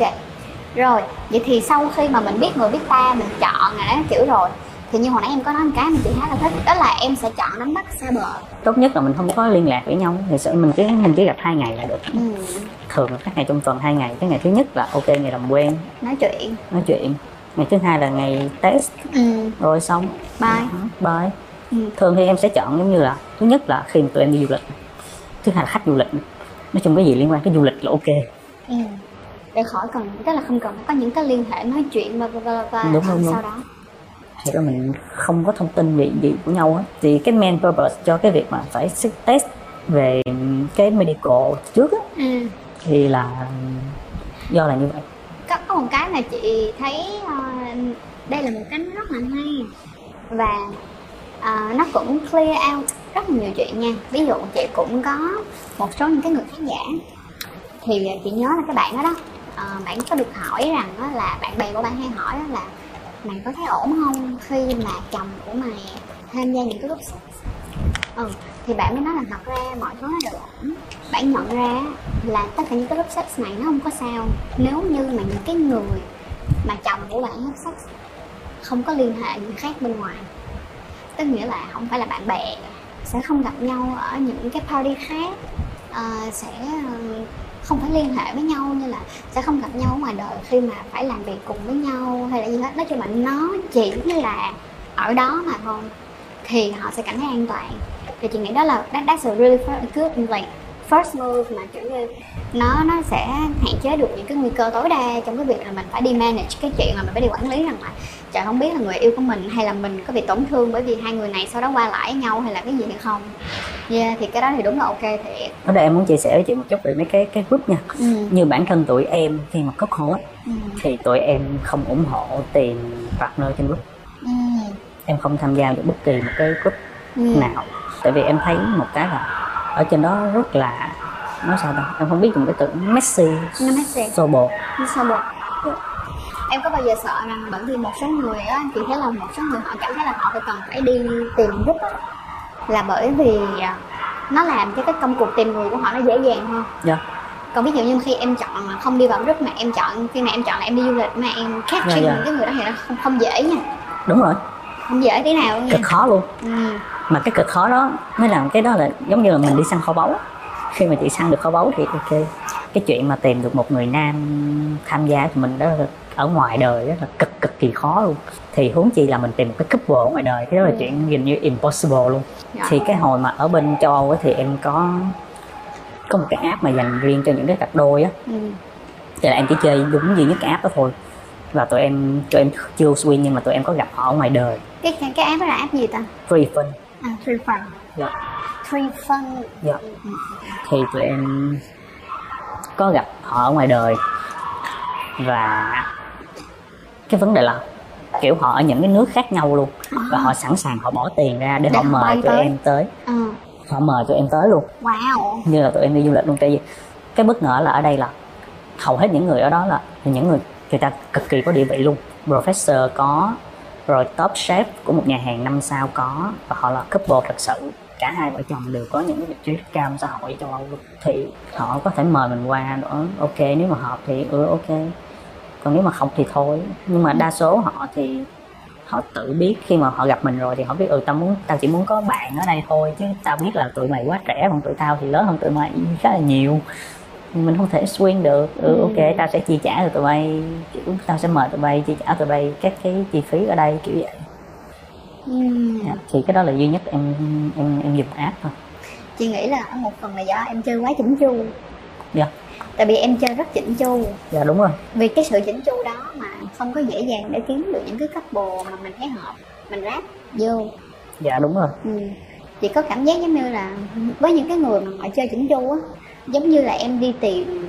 Speaker 1: rồi vậy thì sau khi mà mình biết người biết ta mình chọn là cái kiểu rồi thì như hồi nãy em có nói một cái mà chị khá là thích đó là em sẽ chọn nắm bắt xa bờ
Speaker 2: tốt nhất là mình không có liên lạc với nhau thì sự mình cứ mình cứ gặp hai ngày là được
Speaker 1: ừ.
Speaker 2: thường là các ngày trong tuần hai ngày cái ngày thứ nhất là ok ngày làm quen
Speaker 1: nói chuyện
Speaker 2: nói chuyện ngày thứ hai là ngày test
Speaker 1: ừ.
Speaker 2: rồi xong
Speaker 1: bye
Speaker 2: bye
Speaker 1: Ừ.
Speaker 2: thường thì em sẽ chọn giống như là thứ nhất là khi mà tụi em đi du lịch thứ hai là khách du lịch nói chung cái gì liên quan tới du lịch là ok
Speaker 1: ừ. để khỏi cần tức là không cần phải có những cái liên hệ nói chuyện và và và- và
Speaker 2: Đúng, đúng,
Speaker 1: sau
Speaker 2: đúng.
Speaker 1: đó
Speaker 2: thì là mình không có thông tin gì, gì của nhau á thì cái main purpose cho cái việc mà phải sức- test về cái medical trước á
Speaker 1: ừ.
Speaker 2: thì là do là như vậy
Speaker 1: có, có một cái mà chị thấy ờ, đây là một cái nó rất là hay và ờ, nó cũng clear out rất là nhiều chuyện nha ví dụ chị cũng có một số những cái người khán giả thì chị nhớ là cái bạn đó đó ờ, bạn có được hỏi rằng đó là bạn bè của bạn hay hỏi đó là mày có thấy ổn không khi mà chồng của mày tham gia những cái group sex ừ thì bạn mới nói là thật ra mọi thứ nó đều ổn bạn nhận ra là tất cả những cái group sex này nó không có sao nếu như mà những cái người mà chồng của bạn group sex không có liên hệ gì khác bên ngoài tức nghĩa là không phải là bạn bè sẽ không gặp nhau ở những cái party khác ờ, sẽ ờ, không phải liên hệ với nhau như là sẽ không gặp nhau ở ngoài đời khi mà phải làm việc cùng với nhau hay là gì hết nói chung là nó chỉ là ở đó mà thôi thì họ sẽ cảm thấy an toàn thì chị nghĩ đó là that, that's a really fir- good like first move mà kiểu như nó nó sẽ hạn chế được những cái nguy cơ tối đa trong cái việc là mình phải đi manage cái chuyện là mình phải đi quản lý rằng là trời không biết là người yêu của mình hay là mình có bị tổn thương bởi vì hai người này sau đó qua lại với nhau hay là cái gì hay không yeah, thì cái đó thì đúng là ok thiệt
Speaker 2: ở đây em muốn chia sẻ với chị một chút về mấy cái cái group nha
Speaker 1: ừ.
Speaker 2: như bản thân tụi em khi mà có khổ á,
Speaker 1: Ừ.
Speaker 2: thì tụi em không ủng hộ tìm partner trên group
Speaker 1: Ừ.
Speaker 2: em không tham gia được bất kỳ một cái group
Speaker 1: Ừ.
Speaker 2: nào tại vì em thấy một cái là ở trên đó rất là nói sao ta em không biết dùng cái từ messy
Speaker 1: Nó messy.
Speaker 2: xô bồ
Speaker 1: Nó sao buồn em có bao giờ sợ rằng bởi vì một số người á chị thấy là một số người họ cảm thấy là họ phải cần phải đi tìm giúp á là bởi vì à, nó làm cho cái công cuộc tìm người của họ nó dễ dàng hơn
Speaker 2: Dạ.
Speaker 1: còn ví dụ như khi em chọn mà không đi vào group mà em chọn khi mà em chọn là em đi du lịch mà em catching
Speaker 2: Dạ, dạ.
Speaker 1: những cái người đó thì nó không không dễ nha
Speaker 2: đúng rồi
Speaker 1: không dễ tí nào luôn nha
Speaker 2: cực khó luôn
Speaker 1: ừ.
Speaker 2: mà cái cực khó đó mới làm cái đó là giống như là mình đi săn kho báu khi mà chị săn được kho báu thì ok cái chuyện mà tìm được một người nam tham gia thì mình đó là ở ngoài đời đó là cực cực kỳ khó luôn thì huống chi là mình tìm một cái couple ở ngoài đời cái đó là
Speaker 1: Ừ.
Speaker 2: chuyện gần như impossible luôn
Speaker 1: Dạ.
Speaker 2: thì cái hồi mà ở bên châu Âu á thì em có có một cái app mà dành riêng cho những cái cặp đôi á
Speaker 1: Ừ.
Speaker 2: thì là em chỉ chơi đúng duy nhất cái app đó thôi và tụi em tụi em chưa swing nhưng mà tụi em có gặp họ ở ngoài đời
Speaker 1: cái cái cái app đó là app gì ta
Speaker 2: free fun
Speaker 1: à, three fun
Speaker 2: Dạ.
Speaker 1: three fun
Speaker 2: Dạ.
Speaker 1: Ừ, ừ.
Speaker 2: thì tụi em có gặp họ ở ngoài đời và cái vấn đề là kiểu họ ở những cái nước khác nhau luôn và họ sẵn sàng họ bỏ tiền ra để,
Speaker 1: Để
Speaker 2: họ
Speaker 1: họ
Speaker 2: mời
Speaker 1: bay
Speaker 2: tụi
Speaker 1: tới.
Speaker 2: em tới
Speaker 1: Ờ,
Speaker 2: họ mời tụi em tới luôn
Speaker 1: wow
Speaker 2: như là tụi em đi du lịch luôn tại vì cái bất ngờ là ở đây là hầu hết những người ở đó là những người người ta cực kỳ có địa vị luôn professor có rồi top chef của một nhà hàng năm sao có và họ là couple thật sự cả hai vợ chồng đều có những cái vị trí rất cao trong xã hội châu Âu luôn thì họ có thể mời mình qua nữa ok nếu mà hợp thì ừ ok còn nếu mà không thì thôi nhưng mà đa số họ thì họ tự biết khi mà họ gặp mình rồi thì họ biết ừ tao muốn tao chỉ muốn có bạn ở đây thôi chứ tao biết là tụi mày quá trẻ còn tụi tao thì lớn hơn tụi mày khá là nhiều mình không thể swing được ừ,
Speaker 1: Ừ.
Speaker 2: ok tao sẽ chi trả cho tụi bay kiểu, tao sẽ mời tụi bay chi trả tụi bay các cái chi phí ở đây kiểu vậy
Speaker 1: Ừm,
Speaker 2: thì cái đó là duy nhất em em em dùng app thôi
Speaker 1: chị nghĩ là một phần là do em chơi quá chỉnh chu
Speaker 2: dạ
Speaker 1: tại vì em chơi rất chỉnh chu
Speaker 2: dạ đúng rồi
Speaker 1: vì cái sự chỉnh chu đó mà không có dễ dàng để kiếm được những cái couple mà mình thấy hợp mình ráp vô
Speaker 2: dạ đúng rồi
Speaker 1: Ừ. Chị có cảm giác giống như là với những cái người mà họ chơi chỉnh chu á giống như là em đi tìm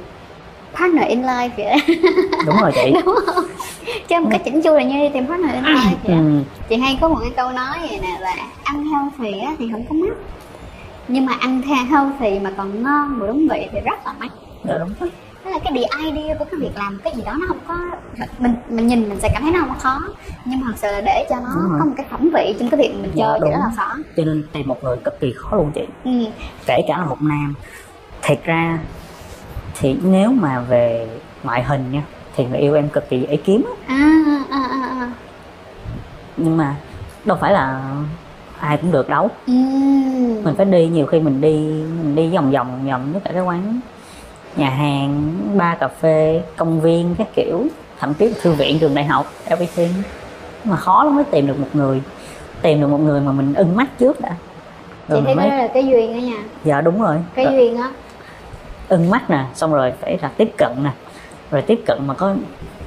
Speaker 1: partner in life vậy đó.
Speaker 2: đúng rồi chị
Speaker 1: chứ một cái chỉnh chu là như đi tìm partner in life vậy đó.
Speaker 2: ừ,
Speaker 1: chị hay có một cái câu nói vậy nè là ăn heo phì á thì không có mắc nhưng mà ăn theo heo phì mà còn ngon và đúng vị thì rất là mắc
Speaker 2: dạ đúng rồi
Speaker 1: tức là cái the idea của cái việc làm cái gì đó nó không có mình mình nhìn mình sẽ cảm thấy nó không có khó nhưng mà thật sự là để cho
Speaker 2: Đúng
Speaker 1: nó
Speaker 2: rồi.
Speaker 1: có một cái thẩm vị trong cái việc mình
Speaker 2: Dạ,
Speaker 1: chơi thì
Speaker 2: đúng.
Speaker 1: rất là khó
Speaker 2: cho nên tìm một người cực kỳ khó luôn chị
Speaker 1: ừ.
Speaker 2: kể cả là một nam thiệt ra thì nếu mà về ngoại hình nha thì người yêu em cực kỳ dễ kiếm á.
Speaker 1: à, à, à, à.
Speaker 2: nhưng mà đâu phải là ai cũng được đâu
Speaker 1: Ừ.
Speaker 2: mình phải đi nhiều khi mình đi mình đi vòng vòng vòng vòng với cả cái quán nhà hàng bar cà phê công viên các kiểu thậm chí là thư viện trường đại học everything mà khó lắm mới tìm được một người tìm được một người mà mình ưng mắt trước đã
Speaker 1: chị
Speaker 2: rồi
Speaker 1: thấy
Speaker 2: Ừ, mình
Speaker 1: cái
Speaker 2: mới
Speaker 1: đó là cái duyên đó nha
Speaker 2: dạ đúng rồi
Speaker 1: cái
Speaker 2: Rồi-
Speaker 1: duyên á
Speaker 2: ưng mắt nè xong rồi phải là tiếp cận nè rồi tiếp cận mà có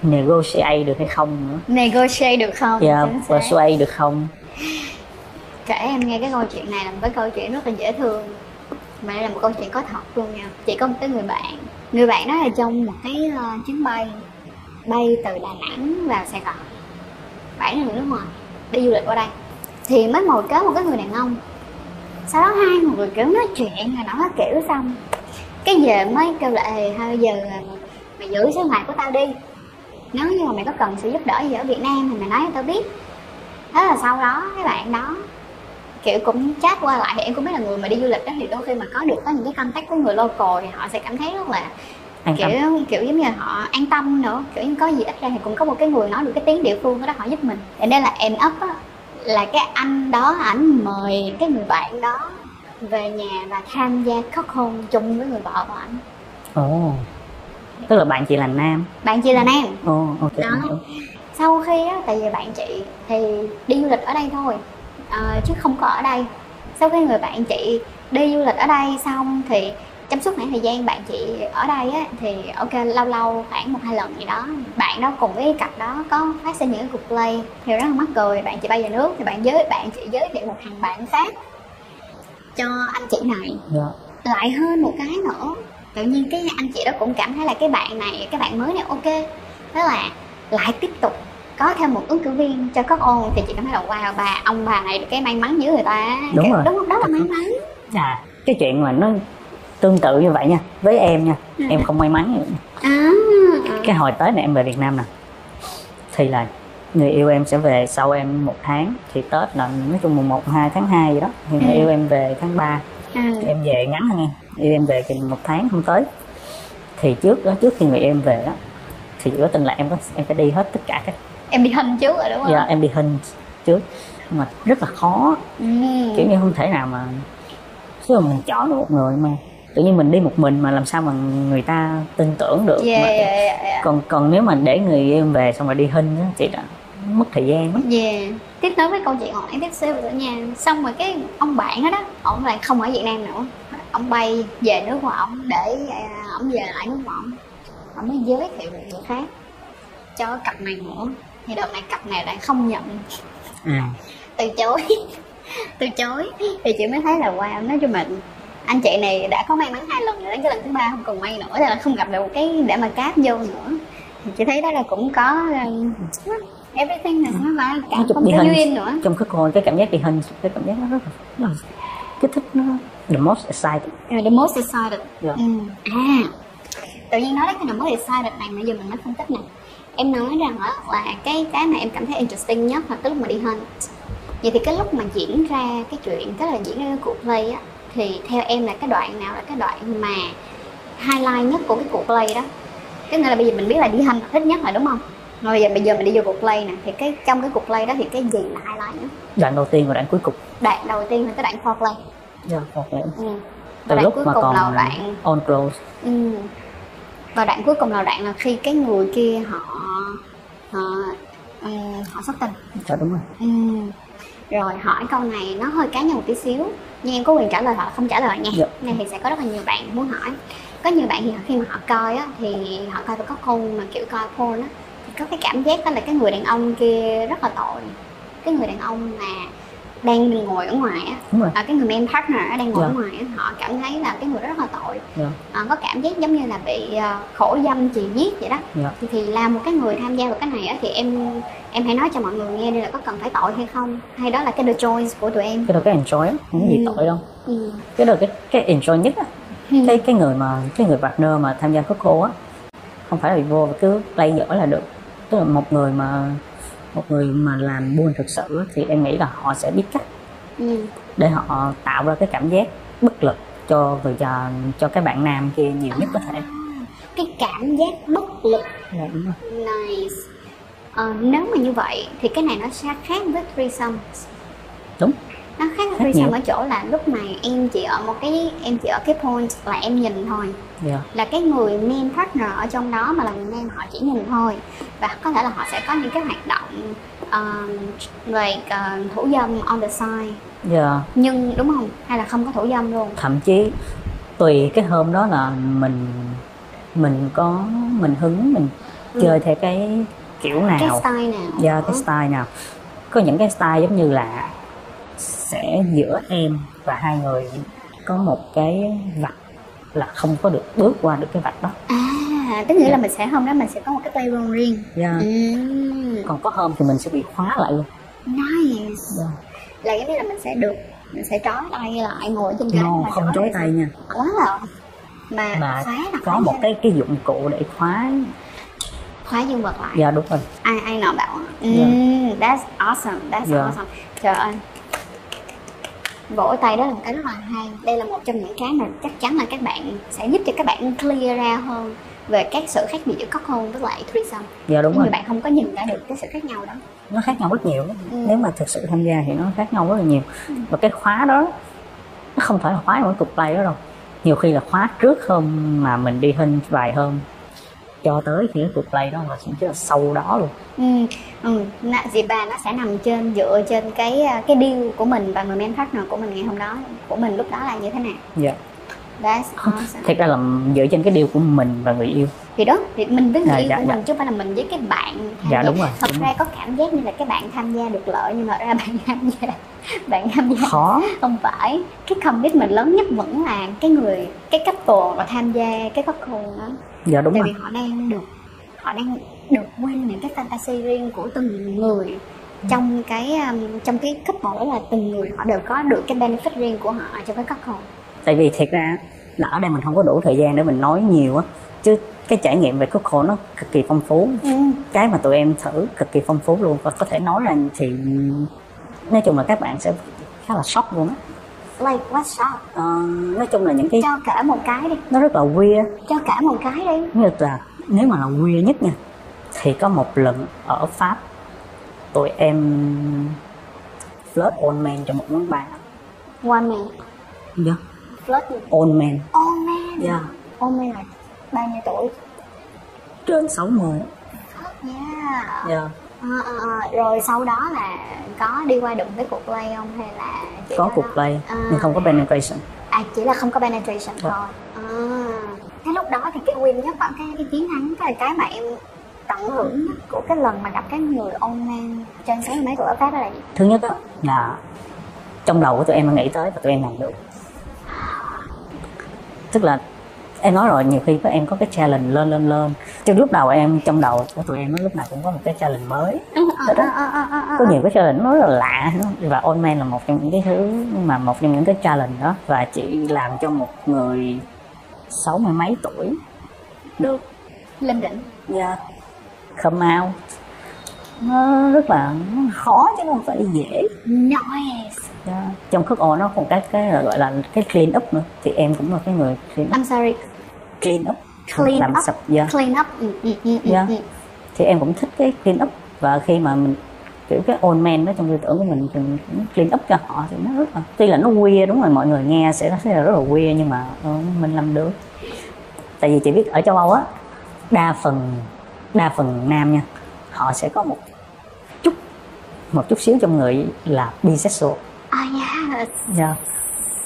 Speaker 2: negotiate được hay không nữa
Speaker 1: negotiate được không
Speaker 2: dạ
Speaker 1: Chính xác.
Speaker 2: persuade được không
Speaker 1: kể em nghe cái câu chuyện này là một cái câu chuyện rất là dễ thương mà đây là một câu chuyện có thật luôn nha chị có một cái người bạn người bạn đó là trong một cái ờ, chuyến bay bay từ đà nẵng vào sài gòn bạn là người nước ngoài đi du lịch qua đây thì mới ngồi kế một cái người đàn ông sau đó hai người kiểu nói chuyện rồi nói kiểu xong cái giờ mới kêu là "Ê, thôi giờ mày giữ số ngoài của tao đi nếu như mà mày có cần sự giúp đỡ gì ở việt nam thì mày nói cho tao biết thế là sau đó cái bạn đó kiểu cũng chat qua lại thì em cũng biết là người mà đi du lịch đó thì đôi khi mà có được có những cái contact của người local thì họ sẽ cảm thấy rất là
Speaker 2: an tâm
Speaker 1: kiểu kiểu giống như là họ an tâm nữa kiểu như có gì ít ra thì cũng có một cái người nói được cái tiếng địa phương đó, đó họ giúp mình thì đây là em ấp á là cái anh đó ảnh mời cái người bạn đó về nhà và tham gia khóc hôn chung với người vợ của ảnh
Speaker 2: ồ tức là bạn chị là nam
Speaker 1: bạn chị là nam
Speaker 2: ồ ok
Speaker 1: Đó.
Speaker 2: em hiểu.
Speaker 1: sau khi á tại vì bạn chị thì đi du lịch ở đây thôi ờ, chứ không có ở đây sau khi người bạn chị đi du lịch ở đây xong thì trong suốt khoảng thời gian bạn chị ở đây á thì ok lâu lâu khoảng một hai lần gì đó bạn đó cùng với cặp đó có phát sinh những cái cuộc play thì rất là mắc cười bạn chị bay về nước thì bạn giới bạn chị giới thiệu một thằng bạn khác cho anh chị này
Speaker 2: dạ
Speaker 1: lại hơn một cái nữa tự nhiên cái anh chị đó cũng cảm thấy là cái bạn này cái bạn mới này ok thế là lại tiếp tục có thêm một ứng cử viên cho các ô thì chị cảm thấy là wow bà ông bà này được cái may mắn dữ người ta á.
Speaker 2: Đúng
Speaker 1: Kiểu-
Speaker 2: rồi.
Speaker 1: đúng không? đó là may mắn
Speaker 2: à cái chuyện mà nó tương tự như vậy nha với em nha em không may mắn
Speaker 1: à,
Speaker 2: cái hồi tới này em về Việt Nam nè thì là người yêu em sẽ về sau em một tháng thì Tết là nói chung mùng 1, 2 tháng 2 vậy đó thì người
Speaker 1: Ừ.
Speaker 2: yêu em về tháng 3
Speaker 1: à,
Speaker 2: Thì em về ngắn hơn em Yêu em về thì một tháng không tới thì trước đó trước khi người em về đó thì chỉ có tin là em có em phải đi hết tất cả các
Speaker 1: em bị hình trước rồi đúng không
Speaker 2: dạ, em đi hình trước nhưng mà rất là khó
Speaker 1: ừ.
Speaker 2: kiểu như không thể nào mà chứ mà mình chọn được một người mà tự nhiên mình đi một mình mà làm sao mà người ta tin tưởng được
Speaker 1: yeah,
Speaker 2: Mà-
Speaker 1: yeah, yeah, yeah.
Speaker 2: còn còn nếu mà để người em về xong rồi đi hình á chị đã mất thời gian lắm
Speaker 1: Yeah. Tiếp nối với câu chuyện hồi nãy tiếp xíu nữa nha Xong rồi cái ông bạn đó đó Ông lại không ở Việt Nam nữa Ông bay về nước của ông Để à, ông về lại nước của ông Ông mới giới thiệu được người khác Cho cái cặp này nữa Thì đợt này cặp này lại không nhận
Speaker 2: à
Speaker 1: Từ chối Từ chối Thì chị mới thấy là wow Nói chung là anh chị này đã có may mắn hai lần rồi đến cái lần thứ ba không còn may nữa là không gặp được một cái để mà cáp vô nữa chị thấy đó là cũng có um, everything là nó phải cả
Speaker 2: Nói chung
Speaker 1: không
Speaker 2: địa
Speaker 1: có
Speaker 2: hình.
Speaker 1: duyên nữa
Speaker 2: trong cái cô cái cảm giác bị hình cái cảm giác nó rất là, rất là kích thích nó the most exciting
Speaker 1: Rồi, the most excited
Speaker 2: Dạ.
Speaker 1: ừ. à tự nhiên nói đến cái the most excited này mà giờ mình mới phân tích nè em nói rằng á là cái cái mà em cảm thấy interesting nhất là cái lúc mà đi hunt vậy thì cái lúc mà diễn ra cái chuyện tức là diễn ra cái cuộc play á thì theo em là cái đoạn nào là cái đoạn mà highlight nhất của cái cuộc play đó cái nghĩa là bây giờ mình biết là đi hunt là thích nhất rồi đúng không rồi bây giờ bây giờ mình đi vô cuộc play nè thì cái trong cái cuộc play đó thì cái gì là highlight nhất
Speaker 2: đoạn đầu tiên và đoạn cuối cùng
Speaker 1: đoạn đầu tiên là cái đoạn foreplay
Speaker 2: yeah. okay.
Speaker 1: ừ. Và
Speaker 2: từ
Speaker 1: đoạn
Speaker 2: lúc
Speaker 1: cuối
Speaker 2: mà
Speaker 1: cùng
Speaker 2: còn
Speaker 1: là đoạn
Speaker 2: on close
Speaker 1: Ừ. Và đoạn cuối cùng là đoạn là khi cái người kia họ họ ừ, họ xuất tình.
Speaker 2: dạ đúng rồi
Speaker 1: Ừ. Rồi hỏi câu này nó hơi cá nhân một tí xíu nhưng em có quyền trả lời hoặc là không trả lời nha.
Speaker 2: Dạ.
Speaker 1: Này thì sẽ có rất là nhiều bạn muốn hỏi. Có nhiều bạn thì khi mà họ coi á thì họ coi có con mà kiểu coi porn á thì có cái cảm giác đó là cái người đàn ông kia rất là tội. Cái người đàn ông mà đang ngồi ở ngoài á
Speaker 2: đúng rồi
Speaker 1: à, cái người main partner á, đang ngồi ở
Speaker 2: Dạ.
Speaker 1: ngoài á, họ cảm thấy là cái người đó rất là tội
Speaker 2: Dạ.
Speaker 1: Ờ, có cảm giác giống như là bị ờ, khổ dâm chì giết vậy đó
Speaker 2: Dạ.
Speaker 1: thì, thì là một cái người tham gia vào cái này á, thì em em hãy nói cho mọi người nghe đi là có cần phải tội hay không hay đó là cái the choice của tụi em
Speaker 2: cái đó cái enjoy á không có gì
Speaker 1: Ừ.
Speaker 2: tội đâu
Speaker 1: ừ.
Speaker 2: cái đó cái cái enjoy nhất á cái cái người mà cái người partner mà tham gia có cô á không phải là vô và cứ play giỏi là được tức là một người mà một người mà làm buôn thực sự á, thì em nghĩ là họ sẽ biết cách
Speaker 1: Ừ.
Speaker 2: để họ tạo ra cái cảm giác bất lực cho người cho, cho cái bạn nam kia nhiều nhất có thể
Speaker 1: cái cảm giác bất lực
Speaker 2: Dạ, đúng rồi.
Speaker 1: nice Ờ, nếu mà như vậy thì cái này nó sẽ khác với threesome
Speaker 2: đúng
Speaker 1: nó khác với
Speaker 2: Khác
Speaker 1: threesome
Speaker 2: nhiều.
Speaker 1: ở chỗ là lúc này em chỉ ở một cái em chỉ ở cái point là em nhìn thôi
Speaker 2: dạ
Speaker 1: là cái người main partner ở trong đó mà là người main họ chỉ nhìn thôi và có thể là họ sẽ có những cái hoạt động um, like uh, thủ dâm on the side
Speaker 2: dạ
Speaker 1: nhưng đúng không hay là không có thủ dâm luôn
Speaker 2: thậm chí tùy cái hôm đó là mình mình có mình hứng mình
Speaker 1: Ừ.
Speaker 2: chơi theo cái kiểu
Speaker 1: cái
Speaker 2: nào
Speaker 1: style nào
Speaker 2: do
Speaker 1: nữa.
Speaker 2: Dạ, cái style nào có những cái style giống như là sẽ giữa em và hai người có một cái vạch là không có được bước qua được cái vạch đó
Speaker 1: à tức nghĩa là mình sẽ hôm đó mình sẽ có một cái playroom riêng
Speaker 2: Dạ.
Speaker 1: Mm,
Speaker 2: còn có hôm thì mình sẽ bị khóa lại luôn
Speaker 1: nice
Speaker 2: Dạ.
Speaker 1: là giống như là mình sẽ được mình sẽ trói tay lại ngồi trên cái
Speaker 2: no
Speaker 1: mà
Speaker 2: không trói tay nha
Speaker 1: quá là mà,
Speaker 2: mà
Speaker 1: khóa là
Speaker 2: có
Speaker 1: khóa
Speaker 2: một
Speaker 1: ra-
Speaker 2: cái cái dụng cụ để khóa
Speaker 1: khóa dương vật lại
Speaker 2: dạ đúng rồi
Speaker 1: I I know that one.
Speaker 2: Yeah.
Speaker 1: Mm, that's awesome. That's
Speaker 2: Yeah.
Speaker 1: awesome. Trời ơi. Vỗ tay đó là một cái rất là hay. Đây là một trong những cái mà chắc chắn là các bạn sẽ giúp cho các bạn clear ra hơn về các sự khác biệt giữa cock hôn với lại threesome.
Speaker 2: dạ đúng
Speaker 1: Những
Speaker 2: rồi
Speaker 1: người bạn không có nhìn ra được cái sự khác nhau đó.
Speaker 2: nó khác nhau rất nhiều đó.
Speaker 1: Ừ.
Speaker 2: nếu mà thực sự tham gia thì nó khác nhau rất là nhiều và cái khóa đó nó không phải là khóa mỗi cục play đó đâu nhiều khi là khóa trước hôm mà mình đi hình vài hôm cho tới khi cái cục play đó là thậm chí là sau đó luôn
Speaker 1: Ừ, ừ. Nạ- Dì bà nó sẽ nằm trên dựa trên cái à, cái deal của mình và người main partner của mình ngày hôm đó của mình lúc đó là như thế nào.
Speaker 2: dạ
Speaker 1: That's awesome.
Speaker 2: thật ra là dựa trên cái điều của mình và người yêu
Speaker 1: thì đó thì mình với người
Speaker 2: Dạ,
Speaker 1: yêu
Speaker 2: dạ,
Speaker 1: của
Speaker 2: dạ.
Speaker 1: mình chứ không phải là mình với cái bạn tham gia.
Speaker 2: Dạ, đúng rồi,
Speaker 1: thật
Speaker 2: đúng
Speaker 1: ra có cảm giác như là cái bạn tham gia được lợi nhưng mà ra bạn tham gia bạn tham gia
Speaker 2: khó
Speaker 1: không phải cái commitment lớn nhất vẫn là cái người cái couple mà tham gia cái couple đó
Speaker 2: dạ đúng
Speaker 1: tại
Speaker 2: rồi
Speaker 1: vì họ đang được họ đang được quên những cái fantasy riêng của từng người
Speaker 2: Ừ.
Speaker 1: trong cái um, trong cái couple đó là từng người họ đều có được cái benefit riêng của họ trong cái couple
Speaker 2: tại vì thiệt ra là ở đây mình không có đủ thời gian để mình nói nhiều á chứ cái trải nghiệm về khúc khổ nó cực kỳ phong phú
Speaker 1: ừ.
Speaker 2: cái mà tụi em thử cực kỳ phong phú luôn và có thể nói là thì nói chung là các bạn sẽ khá là sốc luôn á
Speaker 1: like what's up
Speaker 2: Ờ, nói chung là những cái
Speaker 1: cho cả một cái đi
Speaker 2: nó rất là weird
Speaker 1: cho cả một cái đi
Speaker 2: như là nếu mà là weird nhất nha thì có một lần ở Pháp tụi em flirt old man trong một quán bar
Speaker 1: One man
Speaker 2: dạ
Speaker 1: Flirt with
Speaker 2: old man
Speaker 1: old man
Speaker 2: dạ
Speaker 1: Old man là bao nhiêu tuổi
Speaker 2: trên 60
Speaker 1: Fuck yeah
Speaker 2: dạ
Speaker 1: Ờ, ờ, ờ. Rồi sau đó là có đi qua đụng với cuộc play không hay là chỉ
Speaker 2: có
Speaker 1: đó
Speaker 2: cuộc
Speaker 1: đó?
Speaker 2: play
Speaker 1: À.
Speaker 2: nhưng không có penetration
Speaker 1: À chỉ là không có penetration
Speaker 2: Dạ.
Speaker 1: thôi à. Thế lúc đó thì cái win nhất bạn cái, cái chiến thắng cái là cái mà em tận hưởng nhất của cái lần mà gặp cái người old man trên sáu mươi mấy tuổi ở Pháp đó là gì?
Speaker 2: thứ nhất á là trong đầu của tụi em đã nghĩ tới và tụi em làm được tức là em nói rồi nhiều khi các em có cái challenge lên lên lên chứ lúc đầu em trong đầu của tụi em nó lúc nào cũng có một cái challenge mới
Speaker 1: Ờ, ờ, ờ, ờ, ờ,
Speaker 2: có
Speaker 1: ờ.
Speaker 2: nhiều cái challenge nó rất là lạ và on man là một trong những cái thứ mà một trong những cái challenge đó và chị làm cho một người sáu mươi mấy tuổi được
Speaker 1: lên đỉnh
Speaker 2: yeah. come out nó rất là nó khó chứ nó không phải dễ
Speaker 1: Nice
Speaker 2: yeah. trong khước ô nó còn cái cái là gọi là cái clean up nữa thì em cũng là cái người clean up
Speaker 1: I'm sorry
Speaker 2: clean up
Speaker 1: Clean
Speaker 2: làm dạ.
Speaker 1: up.
Speaker 2: sạch yeah.
Speaker 1: Clean up ừ, ừ, ừ, ừ,
Speaker 2: Yeah.
Speaker 1: ừ.
Speaker 2: thì em cũng thích cái clean up và khi mà mình kiểu cái old man đó trong tư tưởng của mình thì mình cũng clean up cho họ thì nó rất là tuy là nó quê đúng rồi mọi người nghe sẽ thấy là rất là quê nhưng mà ừ, mình làm được tại vì chị biết ở châu âu á đa phần đa phần nam nha họ sẽ có một chút một chút xíu trong người là bisexual
Speaker 1: Oh yes
Speaker 2: yeah.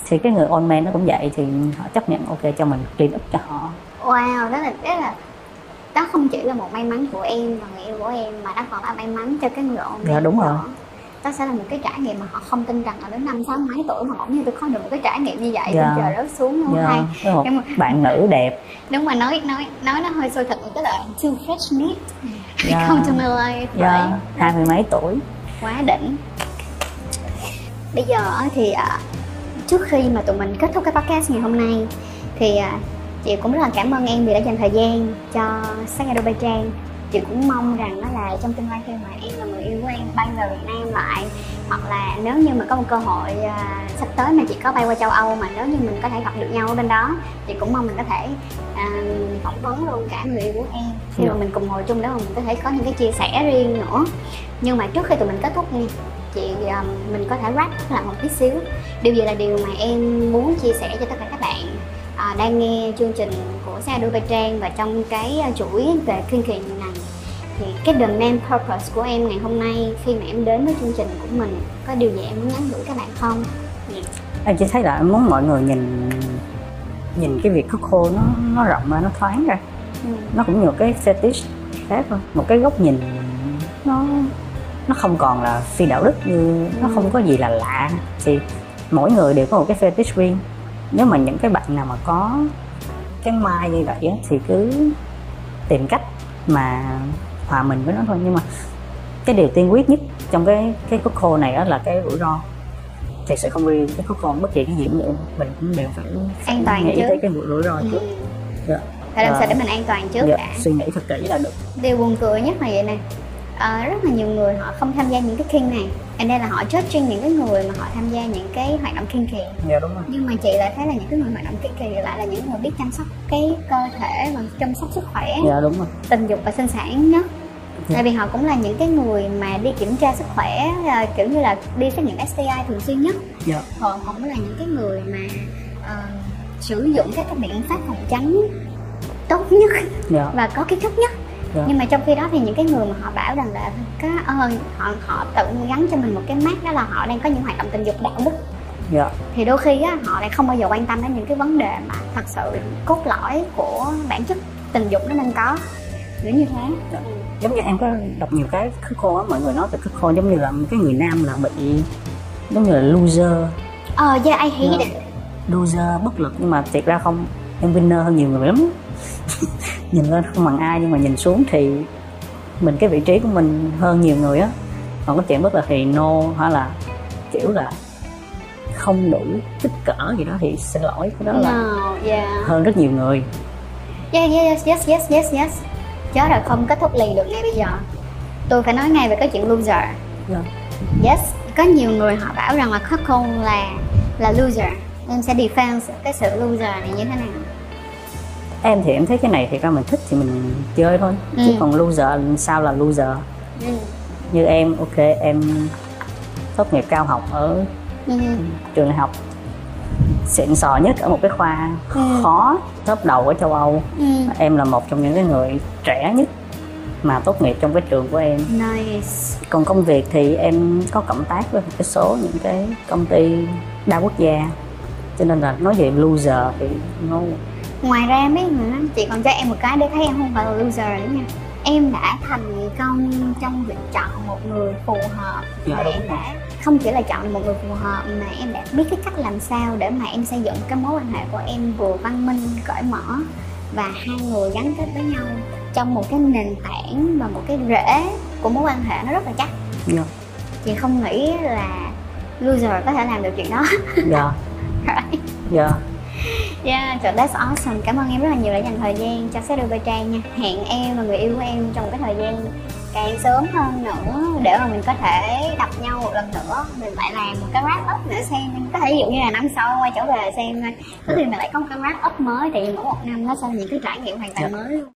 Speaker 2: thì cái người old man nó cũng vậy thì họ chấp nhận ok cho mình clean up cho họ
Speaker 1: Wow, đó là đó là đó không chỉ là một may mắn của em và người yêu của em mà đó còn là may mắn cho cái người ôm
Speaker 2: Dạ, đúng rồi.
Speaker 1: Đó sẽ là một cái trải nghiệm mà họ không tin rằng là đến năm sáu mấy tuổi mà bỗng nhiên tôi có được một cái trải nghiệm như vậy
Speaker 2: Dạ.
Speaker 1: tôi trời rớt xuống luôn
Speaker 2: yeah.
Speaker 1: hay.
Speaker 2: Có một
Speaker 1: Nhưng mà
Speaker 2: bạn nữ đẹp
Speaker 1: đúng mà nói nói nói nó hơi sôi thật một cái là too fresh meat
Speaker 2: Dạ.
Speaker 1: come to my life
Speaker 2: yeah.
Speaker 1: right?
Speaker 2: hai mươi mấy tuổi
Speaker 1: quá đỉnh bây giờ á thì à, trước khi mà tụi mình kết thúc cái podcast ngày hôm nay thì à, chị cũng rất là cảm ơn em vì đã dành thời gian cho Sagado Bay Trang chị cũng mong rằng đó là trong tương lai khi mà em và người yêu của em bay về Việt Nam lại hoặc là nếu như mà có một cơ hội à, sắp tới mà chị có bay qua châu Âu mà nếu như mình có thể gặp được nhau ở bên đó chị cũng mong mình có thể à, phỏng vấn luôn cả người yêu của em khi mà
Speaker 2: Dạ.
Speaker 1: mình cùng ngồi chung để mà mình có thể có những cái chia sẻ riêng nữa nhưng mà trước khi tụi mình kết thúc nha chị um, mình có thể wrap lại một tí xíu điều gì là điều mà em muốn chia sẻ cho tất cả các bạn à, đang nghe chương trình của Sa Đu Bay Trang và trong cái à, chuỗi về thiên kỳ này thì cái the main purpose của em ngày hôm nay khi mà em đến với chương trình của mình có điều gì em muốn nhắn gửi các bạn không
Speaker 2: em chỉ thấy là em muốn mọi người nhìn nhìn cái việc khóc khô nó nó rộng ra nó thoáng ra
Speaker 1: ừ.
Speaker 2: nó cũng nhiều cái fetish khác thôi một cái góc nhìn nó nó không còn là phi đạo đức như nó không có gì là lạ thì mỗi người đều có một cái fetish riêng nếu mà những cái bạn nào mà có cái mai như vậy á, thì cứ tìm cách mà hòa mình với nó thôi nhưng mà cái điều tiên quyết nhất trong cái cái khúc khô này á là cái rủi ro thì sẽ không đi cái khúc khô bất kỳ cái gì cũng vậy mình cũng đều phải
Speaker 1: An toàn
Speaker 2: nghĩ
Speaker 1: chứ.
Speaker 2: tới cái rủi ro trước Dạ.
Speaker 1: phải làm
Speaker 2: Ờ.
Speaker 1: sao để mình an toàn trước
Speaker 2: Dạ,
Speaker 1: đã
Speaker 2: suy nghĩ thật kỹ là được
Speaker 1: điều buồn cười nhất là vậy nè Ờ, rất là nhiều người họ không tham gia những cái king này ở đây là họ judging những cái người mà họ tham gia những cái hoạt động kinh kỳ
Speaker 2: dạ đúng rồi
Speaker 1: nhưng mà chị lại thấy là những cái người hoạt động kinh kỳ lại là những người biết chăm sóc cái cơ thể và chăm sóc sức khỏe
Speaker 2: dạ đúng rồi
Speaker 1: tình dục và sinh sản đó
Speaker 2: Dạ.
Speaker 1: tại vì họ cũng là những cái người mà đi kiểm tra sức khỏe à, kiểu như là đi xét nghiệm STI thường xuyên nhất
Speaker 2: dạ
Speaker 1: họ cũng là những cái người mà ờ, sử dụng các cái biện pháp phòng tránh tốt nhất
Speaker 2: dạ
Speaker 1: và có kiến thức nhất
Speaker 2: Dạ.
Speaker 1: nhưng mà trong khi đó thì những cái người mà họ bảo rằng là có ơi họ họ tự gắn cho mình một cái mác đó là họ đang có những hoạt động tình dục đạo đức
Speaker 2: dạ
Speaker 1: thì đôi khi á, họ lại không bao giờ quan tâm đến những cái vấn đề mà thật sự cốt lõi của bản chất tình dục nó nên có nếu như thế
Speaker 2: Dạ. giống như em có đọc nhiều cái khứ khô á mọi người nói về khứ khô giống như là cái người nam là bị giống như là loser
Speaker 1: ờ yeah I hate
Speaker 2: Dạ.
Speaker 1: it
Speaker 2: loser bất lực nhưng mà thiệt ra không em winner hơn nhiều người lắm nhìn lên không bằng ai nhưng mà nhìn xuống thì mình cái vị trí của mình hơn nhiều người á còn cái chuyện bất lực thì no hoặc là kiểu là không đủ kích cỡ gì đó thì xin lỗi cái đó là
Speaker 1: no yeah
Speaker 2: hơn rất nhiều người
Speaker 1: yeah yeah yes yes yes yes yes chớ rồi không kết thúc liền được ngay bây giờ tôi phải nói ngay về cái chuyện loser
Speaker 2: Dạ.
Speaker 1: yes có nhiều người họ bảo rằng là cuckold là là loser em sẽ defense cái sự loser này như thế nào
Speaker 2: em thì em thấy cái này thì ra mình thích thì mình chơi thôi chứ
Speaker 1: Ừ.
Speaker 2: còn loser sao là loser như em ok em tốt nghiệp cao học ở
Speaker 1: ừ.
Speaker 2: trường đại học xịn sò nhất ở một cái khoa
Speaker 1: Ừ.
Speaker 2: khó top đầu ở châu âu
Speaker 1: ừ.
Speaker 2: em là một trong những cái người trẻ nhất mà tốt nghiệp trong cái trường của em
Speaker 1: nice
Speaker 2: còn công việc thì em có cộng tác với một cái số những cái công ty đa quốc gia cho nên là nói về loser thì nó
Speaker 1: ngoài ra mấy người nói, chị còn cho em một cái để thấy em không phải là loser nữa nha em đã thành công trong việc chọn một người phù hợp
Speaker 2: Dạ,
Speaker 1: và
Speaker 2: đúng
Speaker 1: em
Speaker 2: rồi.
Speaker 1: đã không chỉ là chọn một người phù hợp mà em đã biết cái cách làm sao để mà em xây dựng cái mối quan hệ của em vừa văn minh cởi mở và hai người gắn kết với nhau trong một cái nền tảng và một cái rễ của mối quan hệ nó rất là chắc
Speaker 2: Dạ.
Speaker 1: chị không nghĩ là loser có thể làm được chuyện đó
Speaker 2: dạ dạ
Speaker 1: Yeah, so Dạ, that's awesome. Cảm ơn em rất là nhiều đã dành thời gian cho Shadow Bay Trang nha. Hẹn em và người yêu của em trong một cái thời gian càng sớm hơn nữa để mà mình có thể gặp nhau một lần nữa mình lại làm một cái wrap up nữa xem có thể ví dụ như là năm sau quay trở về xem có khi mình lại có một cái wrap up mới thì mỗi một năm nó sẽ những cái trải nghiệm hoàn toàn mới luôn